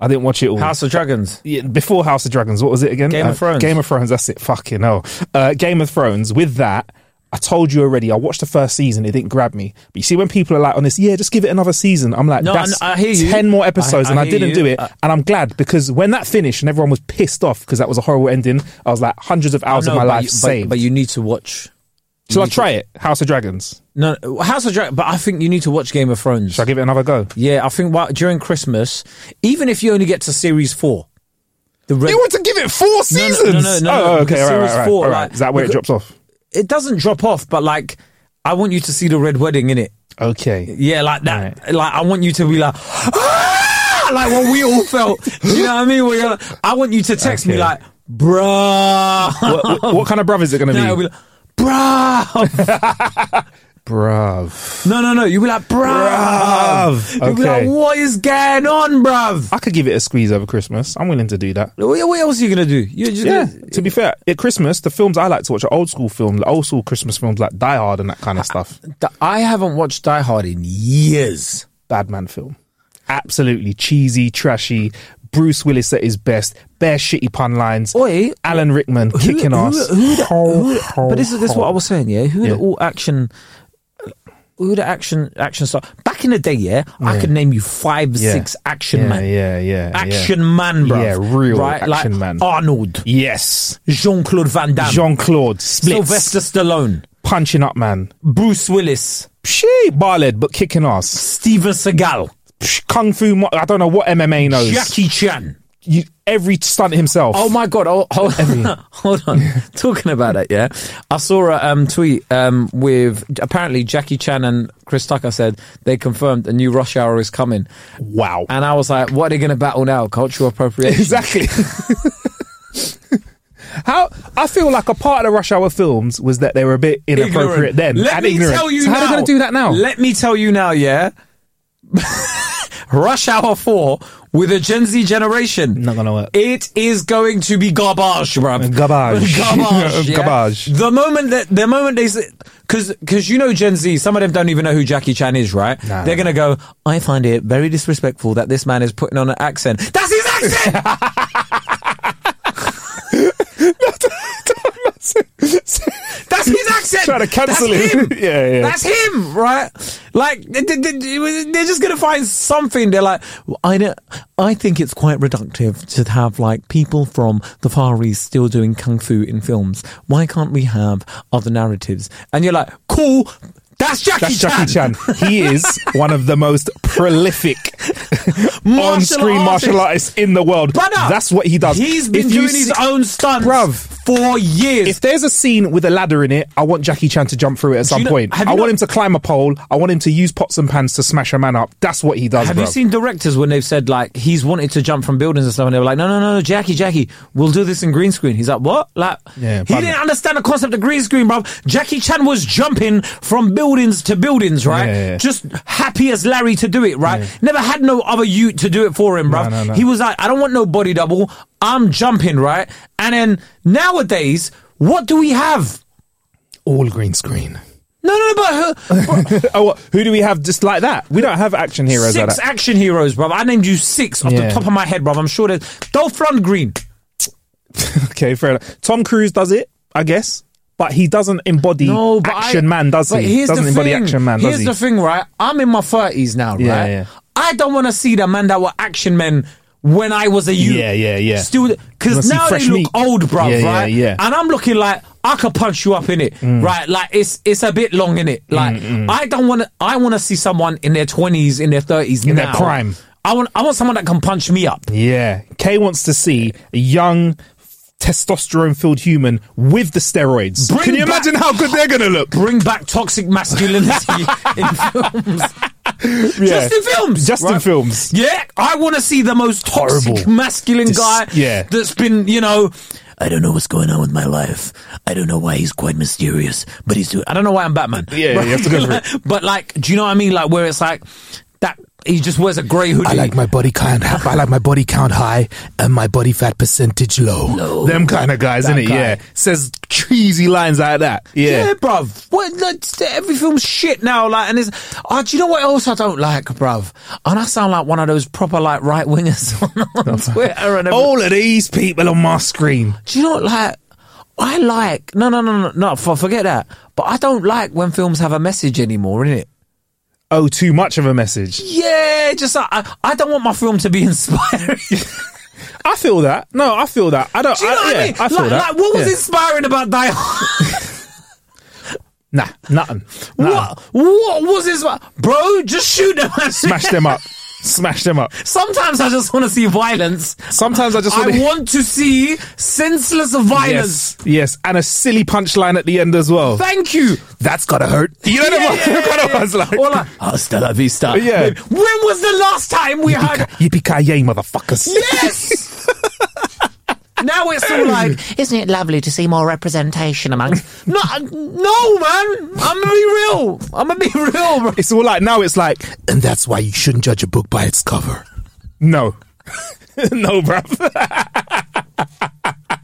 Speaker 2: I didn't watch it all.
Speaker 3: House of Dragons.
Speaker 2: Yeah, before House of Dragons, what was it again?
Speaker 3: Game of
Speaker 2: Uh,
Speaker 3: Thrones.
Speaker 2: Game of Thrones. That's it. Fucking hell. Uh, Game of Thrones. With that, I told you already. I watched the first season. It didn't grab me. But you see, when people are like on this, yeah, just give it another season. I'm like,
Speaker 3: No,
Speaker 2: that's
Speaker 3: I- I hear you.
Speaker 2: ten more episodes,
Speaker 3: I- I
Speaker 2: and I
Speaker 3: hear
Speaker 2: didn't
Speaker 3: you. Uh,
Speaker 2: do it.
Speaker 3: I-
Speaker 2: and I'm glad because when that finished and everyone was pissed off because that was a horrible ending, I was like, hundreds of hours
Speaker 3: No,
Speaker 2: of my
Speaker 3: but
Speaker 2: life
Speaker 3: you- but,
Speaker 2: saved.
Speaker 3: But you need to watch.
Speaker 2: Shall I try it? House of Dragons.
Speaker 3: No, no, House of Dragons. But I think you need to watch Game of Thrones.
Speaker 2: Shall I give it another go?
Speaker 3: Yeah, I think while, during Christmas, even if you only get to series four, the red,
Speaker 2: You want to give it four
Speaker 3: No, no, no,
Speaker 2: seasons?
Speaker 3: no, no,
Speaker 2: oh,
Speaker 3: no,
Speaker 2: okay,
Speaker 3: because
Speaker 2: right,
Speaker 3: series
Speaker 2: right, right,
Speaker 3: four,
Speaker 2: all right.
Speaker 3: like-
Speaker 2: Is that where it
Speaker 3: because-
Speaker 2: drops off?
Speaker 3: it doesn't drop off, but like I want you to see the red wedding in it.
Speaker 2: Okay.
Speaker 3: Yeah, like that. Like I want you to be like, "Ah!" like what we all felt. you know what I mean? Where you're like, I want you to text me
Speaker 2: Okay.
Speaker 3: like, bruh.
Speaker 2: what, what- what kind of brother is it going to
Speaker 3: No,
Speaker 2: be?
Speaker 3: you'll be like, bruh.
Speaker 2: Bruv.
Speaker 3: No, no, no. You'll be like, bruv.
Speaker 2: Bruv.
Speaker 3: You'll be like,
Speaker 2: Okay.
Speaker 3: what is going on, bruv?
Speaker 2: I could give it a squeeze over Christmas. I'm willing to do that.
Speaker 3: What what else are you going to do? You're just
Speaker 2: Yeah.
Speaker 3: gonna-
Speaker 2: To be fair, at Christmas, the films I like to watch are old school films, like old school Christmas films like Die Hard and that kind
Speaker 3: Ah.
Speaker 2: of stuff.
Speaker 3: Th- I haven't watched Die Hard in years.
Speaker 2: Bad man film. Absolutely cheesy, trashy. Bruce Willis at his best. Bare shitty pun lines.
Speaker 3: Oi.
Speaker 2: Alan Rickman kicking
Speaker 3: who,
Speaker 2: ass.
Speaker 3: Who, who, the- who the- but this is this is what I was saying. Yeah, who
Speaker 2: Yeah.
Speaker 3: the all action, who the action action star back in the day? Yeah, I could name you five,
Speaker 2: Yeah.
Speaker 3: six action
Speaker 2: yeah,
Speaker 3: man,
Speaker 2: Yeah, yeah, yeah.
Speaker 3: action man, bro.
Speaker 2: Yeah, real
Speaker 3: right?
Speaker 2: action
Speaker 3: like
Speaker 2: man.
Speaker 3: Arnold,
Speaker 2: Yes.
Speaker 3: Jean Claude Van Damme,
Speaker 2: Jean Claude. Splits.
Speaker 3: Um, Sylvester Stallone,
Speaker 2: Punching up man.
Speaker 3: Bruce Willis,
Speaker 2: She barled but kicking ass.
Speaker 3: Steven Seagal,
Speaker 2: Psh, Kung Fu. Mo- I don't know what MMA knows.
Speaker 3: Jackie Chan.
Speaker 2: you, every stunt himself.
Speaker 3: Oh my god! Oh, hold, hold on. Talking about it, yeah, I saw a um, tweet um, with apparently Jackie Chan and Chris Tucker said they confirmed a new Rush Hour is coming,
Speaker 2: wow!
Speaker 3: and I was like, "What are they going to battle now? Cultural appropriation?"
Speaker 2: Exactly. How I feel like a part of the Rush Hour films was that they were a bit inappropriate then
Speaker 3: Let
Speaker 2: and
Speaker 3: me
Speaker 2: ignorant.
Speaker 3: tell you
Speaker 2: so how are
Speaker 3: now.
Speaker 2: they going to do that now?
Speaker 3: Let me tell you now, yeah. Rush Hour Four with a Gen Z generation.
Speaker 2: Not gonna work.
Speaker 3: It is going to be garbage, bruv.
Speaker 2: Garbage.
Speaker 3: garbage. yeah.
Speaker 2: Garbage.
Speaker 3: The moment that the moment they say, because because you know Gen Z, some of them don't even know who Jackie Chan is, right?
Speaker 2: Nah.
Speaker 3: They're gonna go. I find it very disrespectful that this man is putting on an accent. That's his accent. That's his accent.
Speaker 2: Trying to cancel
Speaker 3: That's
Speaker 2: him.
Speaker 3: him.
Speaker 2: Yeah, yeah.
Speaker 3: That's him, right? Like they, are just gonna find something. They're like, I don't. I think it's quite reductive to have like people from the Far East still doing kung fu in films. Why can't we have other narratives? And you're like, cool. That's Jackie
Speaker 2: That's
Speaker 3: Chan.
Speaker 2: Jackie Chan. He is one of the most prolific on-screen martial artists in the world.
Speaker 3: Brother,
Speaker 2: That's what he does.
Speaker 3: He's been
Speaker 2: If you
Speaker 3: doing his
Speaker 2: see-
Speaker 3: own stunts
Speaker 2: Bruv.
Speaker 3: for years.
Speaker 2: If there's a scene with a ladder in it, I want Jackie Chan to jump through it at some
Speaker 3: you know-
Speaker 2: point.
Speaker 3: have
Speaker 2: I
Speaker 3: you
Speaker 2: want
Speaker 3: not-
Speaker 2: him to climb a pole. I want him to use pots and pans to smash a man up. That's what he does.
Speaker 3: Have you
Speaker 2: bruv.
Speaker 3: seen directors when they've said like he's wanted to jump from buildings and stuff, and they were like, no, no, no, no, Jackie, Jackie, we'll do this in green screen. He's like, what? Like,
Speaker 2: Yeah,
Speaker 3: he
Speaker 2: but-
Speaker 3: didn't understand the concept of green screen, bruv. Jackie Chan was jumping from buildings to buildings, right?
Speaker 2: Yeah, yeah.
Speaker 3: Just happy as Larry to do it, right? Never had no other you to do it for him, bruv.
Speaker 2: no, no.
Speaker 3: He was like, I don't want no body double. I'm jumping, right? And then nowadays, what do we have?
Speaker 2: all green screen?
Speaker 3: No, no, no, but who-
Speaker 2: oh, what? who do we have just like that? We don't have action heroes
Speaker 3: six
Speaker 2: like that.
Speaker 3: action heroes, bruv. I named you six off the
Speaker 2: Yeah.
Speaker 3: top of my head, bruv. I'm sure there's Dolph Lundgren.
Speaker 2: okay, fair enough. Tom Cruise does it, I guess, but he doesn't embody
Speaker 3: No, but
Speaker 2: action
Speaker 3: I-
Speaker 2: man, does
Speaker 3: but
Speaker 2: he?
Speaker 3: Here's
Speaker 2: Doesn't
Speaker 3: the
Speaker 2: embody
Speaker 3: thing.
Speaker 2: action man,
Speaker 3: Here's
Speaker 2: does he?
Speaker 3: the thing, right? I'm in my thirties now,
Speaker 2: Yeah,
Speaker 3: right?
Speaker 2: yeah.
Speaker 3: I don't want to see the man that were action men when I was a youth.
Speaker 2: Yeah, yeah, yeah.
Speaker 3: Still,
Speaker 2: You wanna
Speaker 3: because
Speaker 2: see
Speaker 3: now
Speaker 2: fresh
Speaker 3: they look
Speaker 2: meat.
Speaker 3: old, bro.
Speaker 2: Yeah, yeah,
Speaker 3: right?
Speaker 2: yeah. Mm.
Speaker 3: And I'm looking like I could punch you up in it, right? Like it's it's a bit long in it. Like I don't want to. I want to see someone in their twenties, in their thirties,
Speaker 2: In their prime.
Speaker 3: I want I want someone that can punch me up.
Speaker 2: yeah, Kay wants to see a young. Testosterone-filled human with the steroids.
Speaker 3: Bring
Speaker 2: Can you
Speaker 3: back-
Speaker 2: imagine how good they're going to look?
Speaker 3: Bring back toxic masculinity in films. Just in films.
Speaker 2: Just in films.
Speaker 3: Yeah, I want to see the most toxic
Speaker 2: Horrible.
Speaker 3: masculine
Speaker 2: Dis-
Speaker 3: guy
Speaker 2: yeah.
Speaker 3: that's been, you know,
Speaker 4: I don't know what's going on with my life. I don't know why he's quite mysterious, but he's doing.
Speaker 3: I don't know why I'm Batman.
Speaker 2: Yeah, you have to go for it.
Speaker 3: But like, do you know what I mean? Like where it's like that he just wears a grey hoodie.
Speaker 4: I like my body count. I like my body count high and my body fat percentage low.
Speaker 2: Them kind of guys,
Speaker 3: That
Speaker 2: innit?
Speaker 3: guy.
Speaker 2: Yeah. Says cheesy lines like that. Yeah.
Speaker 3: Yeah, bruv. What, like, just- every film's shit now. Like, and it's. Oh, do you know what else I don't like, bruv? And I sound like one of those proper like right wingers on, on Twitter and everything.
Speaker 2: All of these people on my screen.
Speaker 3: Do you know what, like? I like no no no no no for, forget that. But I don't like when films have a message anymore, innit?
Speaker 2: Oh, too much of a message.
Speaker 3: Yeah, just like, I I don't want my film to be inspiring. do you
Speaker 2: I feel that. No, I feel that. I don't.
Speaker 3: know
Speaker 2: I,
Speaker 3: what
Speaker 2: yeah,
Speaker 3: I mean?
Speaker 2: I feel
Speaker 3: like,
Speaker 2: that.
Speaker 3: like what was
Speaker 2: Yeah.
Speaker 3: inspiring about Die Hard?
Speaker 2: Nah, nothing. Nothing.
Speaker 3: What what was inspi Bro, just shoot them.
Speaker 2: Smash them up. Smash them up.
Speaker 3: Sometimes I just want to see violence.
Speaker 2: Sometimes I just
Speaker 3: I
Speaker 2: want to.
Speaker 3: want to see senseless violence.
Speaker 2: yes, yes, and a silly punchline at the end as well.
Speaker 3: Thank you.
Speaker 4: That's gotta hurt.
Speaker 2: you know
Speaker 3: Yeah,
Speaker 2: the one,
Speaker 3: yeah,
Speaker 2: kind of ones like.
Speaker 3: Or like,
Speaker 4: Hasta la vista.
Speaker 2: yeah.
Speaker 3: when was the last time we had?
Speaker 2: Yippee yay, motherfuckers.
Speaker 3: Yes. now it's all like,
Speaker 5: Isn't it lovely to see more representation among
Speaker 3: no, uh, no, man. I'm gonna be real. I'm gonna be real. Bro.
Speaker 2: It's all like now. It's like
Speaker 4: And that's why you shouldn't judge a book by its cover.
Speaker 2: no, no, bruv.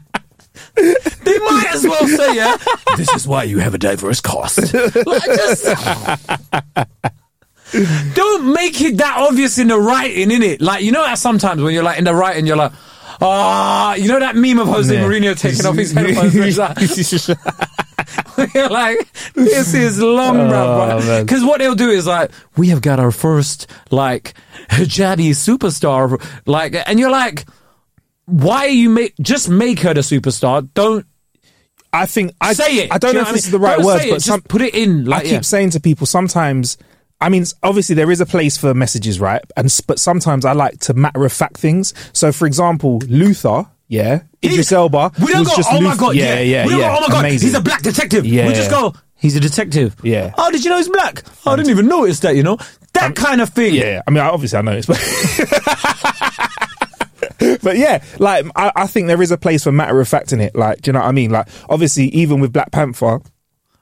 Speaker 3: They might as well say yeah.
Speaker 4: this is why you have a diverse cast.
Speaker 3: Like, just don't make it that obvious in the writing, innit? Like you know that sometimes when you're like in the writing, you're like, ah, you know that meme of Jose Mourinho taking off his headphones. where he's like, you're like, this is long,
Speaker 2: Oh,
Speaker 3: bro. Because what they'll do is like, we have got our first like hijabi superstar, like, and you're like, why are you make just make her the superstar? Don't
Speaker 2: I think I
Speaker 3: say it.
Speaker 2: I don't
Speaker 3: Do
Speaker 2: know
Speaker 3: you
Speaker 2: if
Speaker 3: what I
Speaker 2: this
Speaker 3: mean?
Speaker 2: is the right
Speaker 3: Don't
Speaker 2: word,
Speaker 3: say it,
Speaker 2: but
Speaker 3: just
Speaker 2: some,
Speaker 3: put it in. Like,
Speaker 2: I keep
Speaker 3: Uh, yeah.
Speaker 2: saying to people sometimes. I mean, obviously there is a place for messages, right? And s- but sometimes I like to matter of fact things. So, for example, Luther, yeah, Idris Elba.
Speaker 3: We don't
Speaker 2: was
Speaker 3: go,
Speaker 2: just
Speaker 3: oh my
Speaker 2: Luth-
Speaker 3: god, yeah,
Speaker 2: yeah, yeah,
Speaker 3: we don't
Speaker 2: yeah.
Speaker 3: go, oh my god,
Speaker 2: amazing.
Speaker 3: he's a black detective.
Speaker 2: Yeah.
Speaker 3: We just go, he's a detective.
Speaker 2: Yeah.
Speaker 3: Oh, did you know he's black? Oh, I didn't even notice that, you know? That kind of thing.
Speaker 2: Yeah, I mean, I- obviously I know it's, but but yeah, like I, I think there is a place for matter of fact in it. Like, do you know what I mean? Like, obviously, even with Black Panther,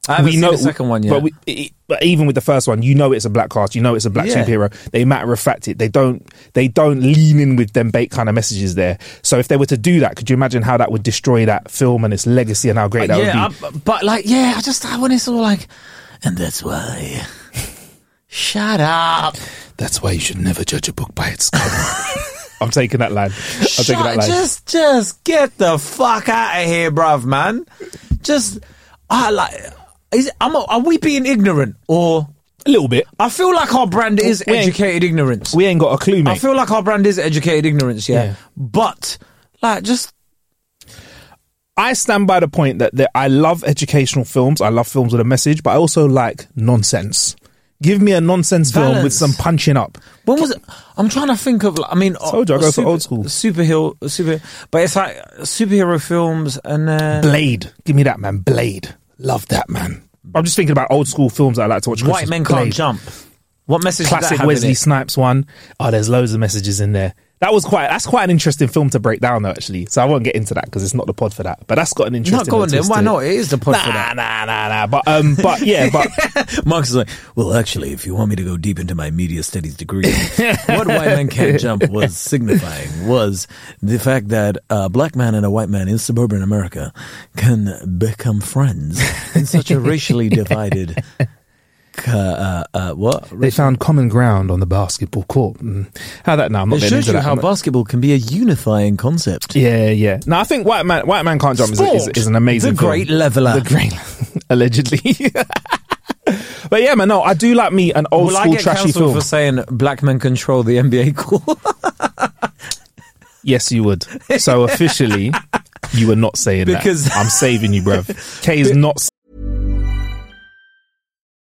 Speaker 3: I haven't
Speaker 2: we
Speaker 3: seen
Speaker 2: know
Speaker 3: the second one yet.
Speaker 2: But, we, i- i- but even with the first one, you know it's a black cast. You know it's a black
Speaker 3: Yeah.
Speaker 2: superhero. They matter of fact it. They don't. They don't lean in with them bait kind of messages there. So if they were to do that, could you imagine how that would destroy that film and its legacy and how great that
Speaker 3: Uh, yeah,
Speaker 2: would be?
Speaker 3: I- but like, yeah, I just, I when it's all like, and that's why. Shut up.
Speaker 4: That's why you should never judge a book by its cover.
Speaker 2: I'm, taking that line. I'm taking that
Speaker 3: Shut,
Speaker 2: line.
Speaker 3: just, just get the fuck out of here, bruv, man. Just, I like, is, I'm, are we being ignorant or?
Speaker 2: a little bit.
Speaker 3: I feel like our brand is
Speaker 2: We ain't-
Speaker 3: educated ignorance.
Speaker 2: We ain't got a clue, mate.
Speaker 3: I feel like our brand is educated ignorance, yeah.
Speaker 2: Yeah.
Speaker 3: But like, just
Speaker 2: I stand by the point that, that I love educational films. I love films with a message, but I also like nonsense. Give me a nonsense film with
Speaker 3: Balance.
Speaker 2: some punching up.
Speaker 3: when was it? I'm trying to think of. Like, I mean,
Speaker 2: Told you, I go for old school.
Speaker 3: superhero, super. But it's like superhero films and uh,
Speaker 2: Blade. Give me that, man. Blade.
Speaker 4: Love that man.
Speaker 2: I'm just thinking about old school films that I like to watch.
Speaker 3: white
Speaker 2: Christmas.
Speaker 3: men can't
Speaker 2: Blade.
Speaker 3: jump. What message? did that
Speaker 2: Classic
Speaker 3: have in
Speaker 2: Wesley
Speaker 3: it?
Speaker 2: Snipes one. Oh, there's loads of messages in there. That was quite. That's quite an interesting film to break down, though. Actually, so I won't get into that because it's not the pod for that. But that's got an
Speaker 3: No,
Speaker 2: interesting.
Speaker 3: go on then.
Speaker 2: twist
Speaker 3: Why
Speaker 2: to it.
Speaker 3: not? It is the pod
Speaker 2: Nah,
Speaker 3: for that.
Speaker 2: nah, nah, nah. But um, but yeah, but
Speaker 3: Marcus is like, well, actually, if you want me to go deep into my media studies degree, what white man can't jump was signifying was the fact that a black man and a white man in suburban America can become friends in such a racially divided. Uh, uh, uh, what?
Speaker 2: they found common ground on the basketball court. Mm. How that now? I'm not
Speaker 3: It
Speaker 2: getting
Speaker 3: shows
Speaker 2: into
Speaker 3: you
Speaker 2: that.
Speaker 3: how
Speaker 2: I'm not-
Speaker 3: basketball can be a unifying concept.
Speaker 2: Yeah, yeah. No, I think White Man, White Man Can't Jump is, is,
Speaker 3: Sport.
Speaker 2: is an amazing
Speaker 3: The
Speaker 2: film.
Speaker 3: great leveler.
Speaker 2: The great, allegedly. but yeah, man, no, I do like me an old
Speaker 3: Will I
Speaker 2: school
Speaker 3: get
Speaker 2: trashy
Speaker 3: cancelled
Speaker 2: film.
Speaker 3: for saying black men control the NBA court?
Speaker 2: Yes, you would. So officially, you were not saying
Speaker 3: Because-
Speaker 2: that. I'm saving you, bruv. K is not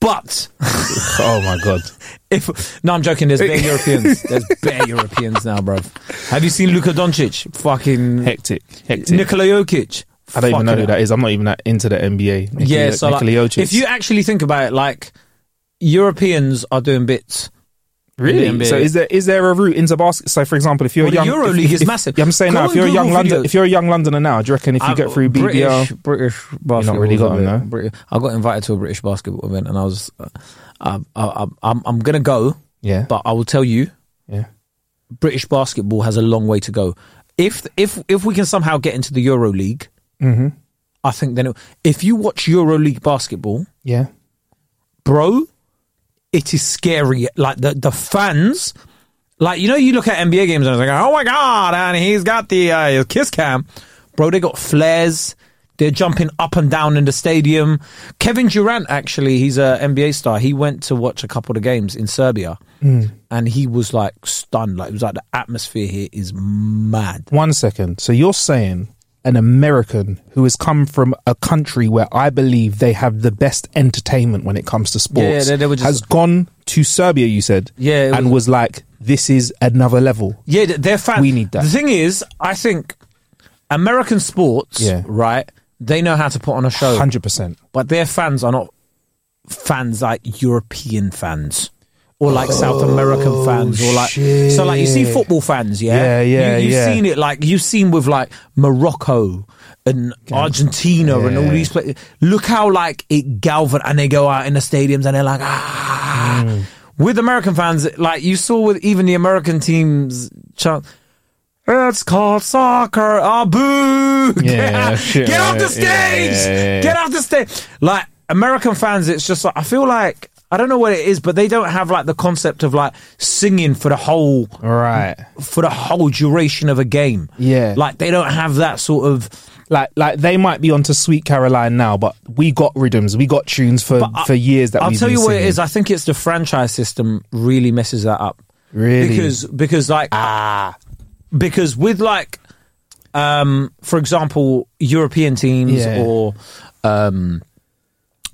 Speaker 3: But
Speaker 2: Oh my god.
Speaker 3: if no, I'm joking. There's bare Europeans. There's bare Europeans now, bro. Have you seen Luka Doncic? Fucking
Speaker 2: Hectic. Hectic.
Speaker 3: Nikola Jokic.
Speaker 2: I don't even know
Speaker 3: Fucking
Speaker 2: who that is. I'm not even that into the NBA. Nikola,
Speaker 3: yeah, so like,
Speaker 2: Nikola Jokic.
Speaker 3: if you actually think about it, like Europeans are doing bits. in the
Speaker 2: Really?
Speaker 3: NBA.
Speaker 2: So is there is there a route into basket? So for example, if you're
Speaker 3: Well, the
Speaker 2: young,
Speaker 3: Euro
Speaker 2: if-
Speaker 3: League is
Speaker 2: if-
Speaker 3: massive.
Speaker 2: I'm saying
Speaker 3: Go
Speaker 2: now,
Speaker 3: on
Speaker 2: if you're a
Speaker 3: Google
Speaker 2: young London,
Speaker 3: videos.
Speaker 2: if you're a young Londoner now, do you reckon if you
Speaker 3: I-
Speaker 2: get through BBL,
Speaker 3: British, British basketball,
Speaker 2: really got
Speaker 3: event.
Speaker 2: 'em, no?
Speaker 3: Brit- I got invited to a British basketball event, and I was, uh, I, I, I'm, I'm gonna go,
Speaker 2: yeah,
Speaker 3: but I will tell you,
Speaker 2: yeah,
Speaker 3: British basketball has a long way to go. If if if we can somehow get into the Euro League, I think then it, if you watch Euro League basketball,
Speaker 2: yeah,
Speaker 3: bro, it is scary. Like the the fans, like you know, you look at NBA games and it's like, oh my god, and he's got the uh, his kiss cam, bro. They got flares. They're jumping up and down in the stadium. Kevin Durant, actually, he's a NBA star. He went to watch a couple of the games in Serbia,
Speaker 2: Mm.
Speaker 3: and he was like stunned. Like it was like the atmosphere here is mad.
Speaker 2: One second. So you're saying an American who has come from a country where I believe they have the best entertainment when it comes to sports
Speaker 3: Yeah, they- they were just-
Speaker 2: has gone to Serbia, you said,
Speaker 3: Yeah, it
Speaker 2: and was,
Speaker 3: was-
Speaker 2: like, this is another level.
Speaker 3: Yeah, th- they're fans.
Speaker 2: We need that.
Speaker 3: The thing is, I think American sports,
Speaker 2: Yeah.
Speaker 3: right? They know how to put on a show.
Speaker 2: Hundred percent.
Speaker 3: but their fans are not fans like European fans or like South American fans or like so like you see football fans, yeah,
Speaker 2: Oh, Yeah, yeah,
Speaker 3: you, you've
Speaker 2: yeah.
Speaker 3: seen it like you've seen with like Morocco and Argentina and all
Speaker 2: Yeah.
Speaker 3: these places. Look how like it galvan and they go out in the stadiums and they're like ah.
Speaker 2: Hmm.
Speaker 3: With American fans, like you saw with even the American teams chant. It's called soccer. Ah, boo! get
Speaker 2: Yeah,
Speaker 3: out,
Speaker 2: shit,
Speaker 3: get off the
Speaker 2: right.
Speaker 3: stage!
Speaker 2: Yeah, yeah, yeah, yeah.
Speaker 3: Get off the stage! Like American fans, it's just like I feel like I don't know what it is, but they don't have like the concept of like singing for the whole
Speaker 2: Right.
Speaker 3: for the whole duration of a game.
Speaker 2: Yeah.
Speaker 3: like they don't have that sort of.
Speaker 2: Like, like they might be onto Sweet Caroline now, but we got rhythms, we got tunes for,
Speaker 3: I-
Speaker 2: for years that
Speaker 3: I'll
Speaker 2: we've
Speaker 3: tell
Speaker 2: been
Speaker 3: you what it
Speaker 2: singing.
Speaker 3: is. I think it's the franchise system really messes that up.
Speaker 2: Really?
Speaker 3: because because like ah because with like um for example European teams
Speaker 2: Yeah.
Speaker 3: or um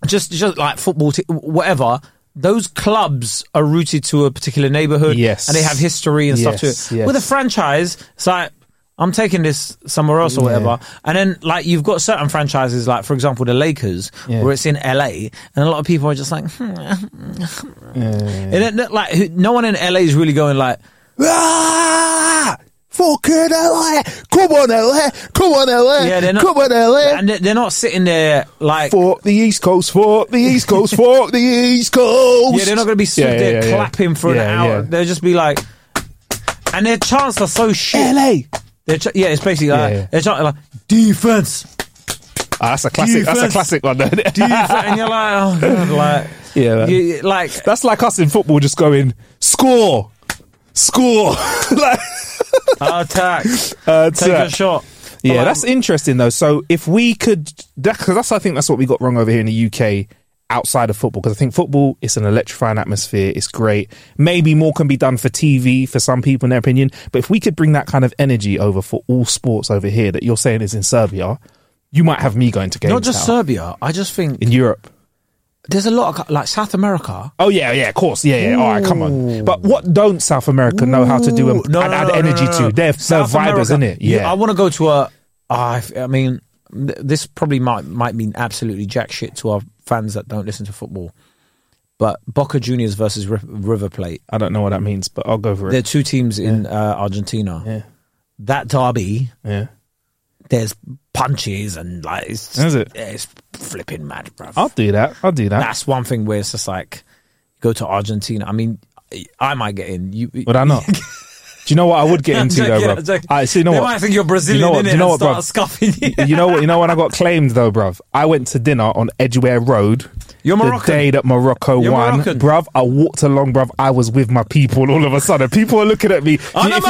Speaker 3: just just like football te- whatever. Those clubs are rooted to a particular neighborhood,
Speaker 2: Yes.
Speaker 3: and they have history and
Speaker 2: Yes,
Speaker 3: stuff to it.
Speaker 2: yes.
Speaker 3: With a franchise, it's like I'm taking this somewhere else or whatever. And then like you've got certain franchises, like for example the Lakers,
Speaker 2: Yeah.
Speaker 3: where it's in LA, and a lot of people are just like, hmm. It don't look like who- no one in LA is really going like,
Speaker 2: Ah! Fucking LA! Come on, LA! Come on, LA!
Speaker 3: yeah, they're not,
Speaker 2: Come on, LA!
Speaker 3: and they're- they're not sitting there like,
Speaker 2: Fork the East Coast, fork the East Coast, fork the East Coast!
Speaker 3: yeah, they're not going to be sitting
Speaker 2: Yeah,
Speaker 3: there
Speaker 2: yeah, yeah.
Speaker 3: clapping for an
Speaker 2: Yeah,
Speaker 3: hour.
Speaker 2: yeah.
Speaker 3: They'll just be like, and their chants are so shit.
Speaker 2: LA!
Speaker 3: Their ch- yeah, it's basically like,
Speaker 2: Yeah, yeah.
Speaker 3: their chants are like defense,
Speaker 2: Ah, that's a classic. That's a
Speaker 3: Defense.
Speaker 2: classic one. though.
Speaker 3: defense, and you're like, oh god, like,
Speaker 2: Yeah, man.
Speaker 3: you- you- like
Speaker 2: that's like us in football, just going score, score. like,
Speaker 3: attack,
Speaker 2: uh,
Speaker 3: take
Speaker 2: to-
Speaker 3: a shot.
Speaker 2: Yeah,
Speaker 3: Like,
Speaker 2: that's interesting though. So if we could, because that's I think that's what we got wrong over here in the UK outside of football because I think football it's an electrifying atmosphere. It's great. Maybe more can be done for TV for some people, in their opinion. But if we could bring that kind of energy over for all sports over here that you're saying is in Serbia, you might have me going to games.
Speaker 3: Not just
Speaker 2: now.
Speaker 3: Serbia. I just think
Speaker 2: in Europe.
Speaker 3: there's a lot of like South America.
Speaker 2: Oh yeah, yeah, of course, yeah, yeah. All right, come on. But what don't South America know Oh, how to do and,
Speaker 3: Ooh, no,
Speaker 2: and
Speaker 3: no,
Speaker 2: add
Speaker 3: no, no,
Speaker 2: energy
Speaker 3: no, no.
Speaker 2: to? They're, they're
Speaker 3: South
Speaker 2: vibers,
Speaker 3: America.
Speaker 2: isn't it?
Speaker 3: You-
Speaker 2: Yeah,
Speaker 3: I want to go to a. ah, I f- I mean, th- this probably might might mean absolutely jack shit to our fans that don't listen to football. But Boca Juniors versus Ri- River Plate.
Speaker 2: I don't know what that means, but I'll go for
Speaker 3: There are
Speaker 2: it.
Speaker 3: two teams in uh, Argentina.
Speaker 2: Yeah.
Speaker 3: That derby,
Speaker 2: Yeah,
Speaker 3: there's punches and like it's,
Speaker 2: Is it?
Speaker 3: yeah, it's flipping mad, bruv.
Speaker 2: I'll do that. I'll do that.
Speaker 3: That's one thing where it's just like go to Argentina. I mean, I might get in. You
Speaker 2: Would I not? do you know what I would get into
Speaker 3: I'm joking,
Speaker 2: though,
Speaker 3: I'm
Speaker 2: bro?
Speaker 3: joking.
Speaker 2: I see. You know
Speaker 3: they
Speaker 2: what?
Speaker 3: might think you're Brazilian
Speaker 2: you know what,
Speaker 3: innit,
Speaker 2: you know
Speaker 3: and
Speaker 2: what,
Speaker 3: start
Speaker 2: bruv?
Speaker 3: scuffing you.
Speaker 2: you know what? You know when I got claimed though, bruv. I went to dinner on Edgeware Road.
Speaker 3: You're
Speaker 2: the
Speaker 3: Moroccan.
Speaker 2: day that Morocco
Speaker 3: You're
Speaker 2: won,
Speaker 3: Moroccan.
Speaker 2: bruv. I walked along, bruv. I was with my people. All of a sudden, people are looking at me.
Speaker 3: Anna
Speaker 2: If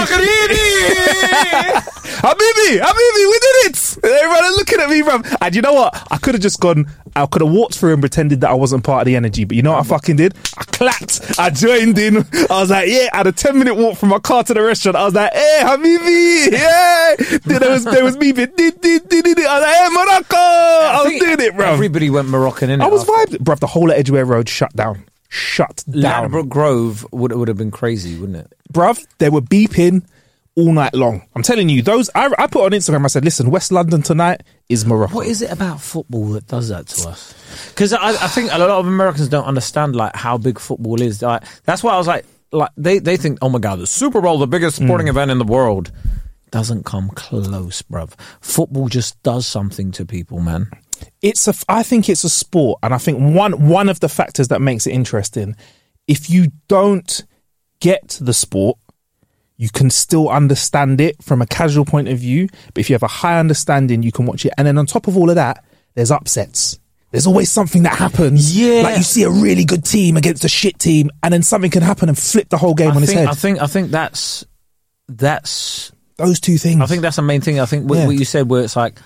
Speaker 2: you-
Speaker 3: Maghrini!
Speaker 2: Habibi, Habibi, we did it! Everyone looking at me, bruv. And you know what? I could have just gone. I could have walked through and pretended that I wasn't part of the energy. But you know what I fucking did? I clapped. I joined in. I was like, yeah. I had a ten minute walk from my car to the restaurant. I was like, hey, Habibi, yeah. Then there was there was me. being, did, did, did, did, did. I was like, hey, Morocco. I, was
Speaker 3: think
Speaker 2: doing it, bruv.
Speaker 3: Everybody went Moroccan in.
Speaker 2: I was vibed, bruv. The whole Edgeware Road shut down. Shut down,
Speaker 3: Ladbroke Grove would would have been crazy, wouldn't it?
Speaker 2: bruv, they were beeping all night long. I'm telling you, those I, I put on Instagram. I said, listen, West London tonight is Morocco.
Speaker 3: What is it about football that does that to us? Because I, I think a lot of Americans don't understand like how big football is. Like, that's why I was like, like they, they think, oh my god, the Super Bowl, the
Speaker 2: Mm.
Speaker 3: biggest sporting event in the world, doesn't come close, bruv. Football just does something to people, man.
Speaker 2: It's a. f- I think it's a sport, and I think one one of the factors that makes it interesting, if you don't get the sport, you can still understand it from a casual point of view. But if you have a high understanding, you can watch it. And then on top of all of that, there's upsets. There's always something that happens.
Speaker 3: Yeah.
Speaker 2: like you see a really good team against a shit team, and then something can happen and flip the whole game on
Speaker 3: I
Speaker 2: its
Speaker 3: think,
Speaker 2: head.
Speaker 3: I think I think that's that's
Speaker 2: Those two things.
Speaker 3: I think that's the main thing. I think what,
Speaker 2: Yeah.
Speaker 3: what you said, where it's like,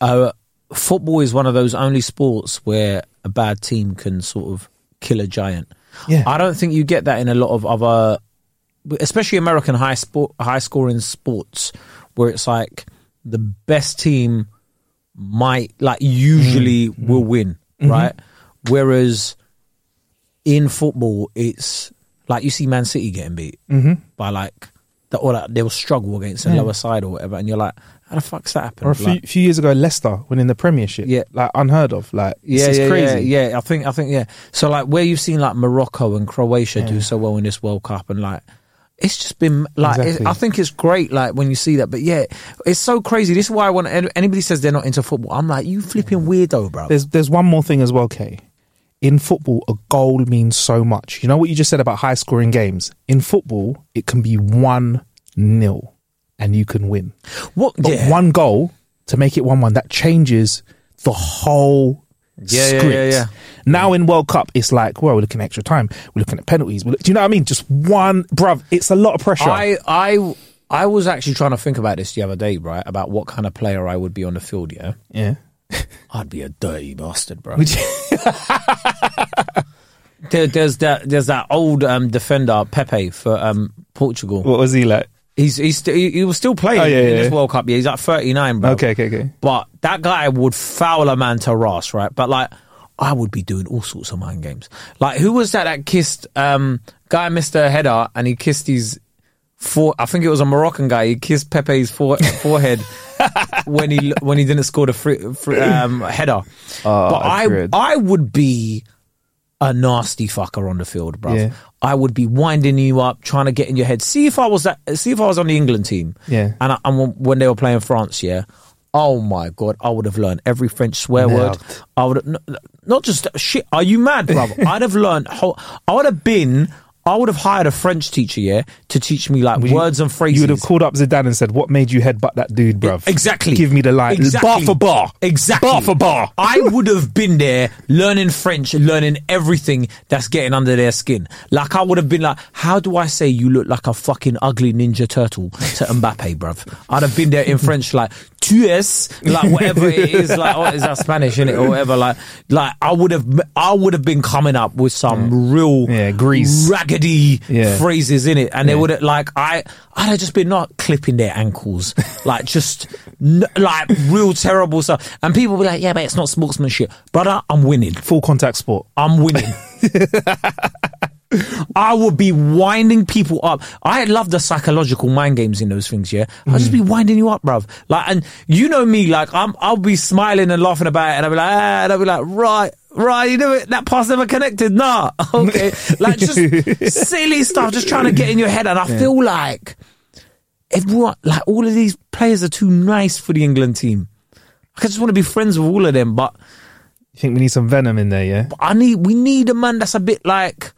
Speaker 3: uh, football is one of those only sports where a bad team can sort of kill a giant.
Speaker 2: Yeah.
Speaker 3: I don't think you get that in a lot of other, especially American high sport, high scoring sports, where it's like the best team might like usually
Speaker 2: Mm.
Speaker 3: will win,
Speaker 2: Mm-hmm.
Speaker 3: right? Whereas in football, it's like you see Man City getting beat
Speaker 2: Mm-hmm.
Speaker 3: by like the, or like they'll struggle against the lower side or whatever, and you're like, how the fuck's that happened?
Speaker 2: or a few,
Speaker 3: Like,
Speaker 2: few years ago, Leicester winning the Premiership.
Speaker 3: Yeah.
Speaker 2: like unheard of. Like
Speaker 3: yeah,
Speaker 2: this is
Speaker 3: yeah,
Speaker 2: crazy.
Speaker 3: yeah, yeah. I think, I think, yeah. So like where you've seen like Morocco and Croatia do so well in this World Cup, and like it's just been like it-
Speaker 2: Exactly.
Speaker 3: I think it's great like when you see that, but yeah, it's so crazy. This is why I want an- anybody says they're not into football. I'm like, you flipping weirdo, bro.
Speaker 2: There's there's one more thing as well, Kay. In football, a goal means so much. You know what you just said about high scoring games. In football, it can be one nil, and you can win.
Speaker 3: what?
Speaker 2: But
Speaker 3: yeah.
Speaker 2: one goal to make it one one that changes the whole
Speaker 3: Yeah, yeah,
Speaker 2: script.
Speaker 3: yeah, yeah.
Speaker 2: Now in World Cup, it's like, well, we're looking at extra time. We're looking at penalties. We're look- do you know what I mean? Just one, bruv. It's a lot of pressure.
Speaker 3: I I I was actually trying to think about this the other day, right? About what kind of player I would be on the field. Yeah,
Speaker 2: yeah.
Speaker 3: I'd be a dirty bastard, bro. there, there's that there's that old um, defender Pepe for um, Portugal.
Speaker 2: What was he like?
Speaker 3: He's he's st- he, he was still playing
Speaker 2: Oh, yeah,
Speaker 3: in
Speaker 2: yeah,
Speaker 3: this
Speaker 2: yeah.
Speaker 3: World Cup. Yeah, he's like 39, bro.
Speaker 2: Okay, okay, okay.
Speaker 3: But that guy would foul a man to Ross, right? But like, I would be doing all sorts of mind games. Like, who was that that kissed? Um, guy missed a header and he kissed his four. I think it was a Moroccan guy. He kissed Pepe's fore, forehead when he when he didn't score the free, free, um, header. but I
Speaker 2: Oh, good.
Speaker 3: I would be a nasty fucker on the field, bruv.
Speaker 2: Yeah.
Speaker 3: I would be winding you up, trying to get in your head. See if I was that. See if I was on the England team.
Speaker 2: Yeah.
Speaker 3: And, I, and when- when they were playing France, yeah. Oh my god, I would have learned every French swear word.
Speaker 2: Merde.
Speaker 3: I would have, n- not just shit. Are you mad, bruv? I'd have learned. Whole, I would have been I would have hired a French teacher, yeah, to teach me like words and phrases.
Speaker 2: You would have called up Zidane and said, "What made you headbutt that dude, bruv?"
Speaker 3: Exactly.
Speaker 2: Give me the line,
Speaker 3: Exactly.
Speaker 2: bar for bar.
Speaker 3: Exactly.
Speaker 2: Bar for bar.
Speaker 3: I would have been there learning French, learning everything that's getting under their skin. Like I would have been like, how do I say you look like a fucking ugly ninja turtle to Mbappe, bruv? I'd have been there in French like tu es, like whatever it is, like oh, is that Spanish in it or whatever? Like, like I would have, I would have been coming up with some real
Speaker 2: Yeah, grease.
Speaker 3: raggedy
Speaker 2: Yeah.
Speaker 3: phrases in it, and they
Speaker 2: Yeah.
Speaker 3: would have like I I'd have just been not clipping their ankles, like just n- like real terrible stuff. And people be like, "Yeah, but it's not sportsmanship, brother. I'm winning.
Speaker 2: Full contact sport.
Speaker 3: I'm winning." I would be winding people up. I love the psychological mind games in those things. Yeah, I'll just be winding you up, bruv. Like, and you know me, like I'm, I'll be smiling and laughing about it, and I'll be like, ah, and I'll be like, right, right, you know it. That pass never connected, nah. Okay, like just silly stuff, just trying to get in your head, and I feel like everyone, like all of these players are too nice for the England team. I just want to be friends with all of them, but
Speaker 2: You think we need some venom in there, yeah?
Speaker 3: I need we need a man that's a bit like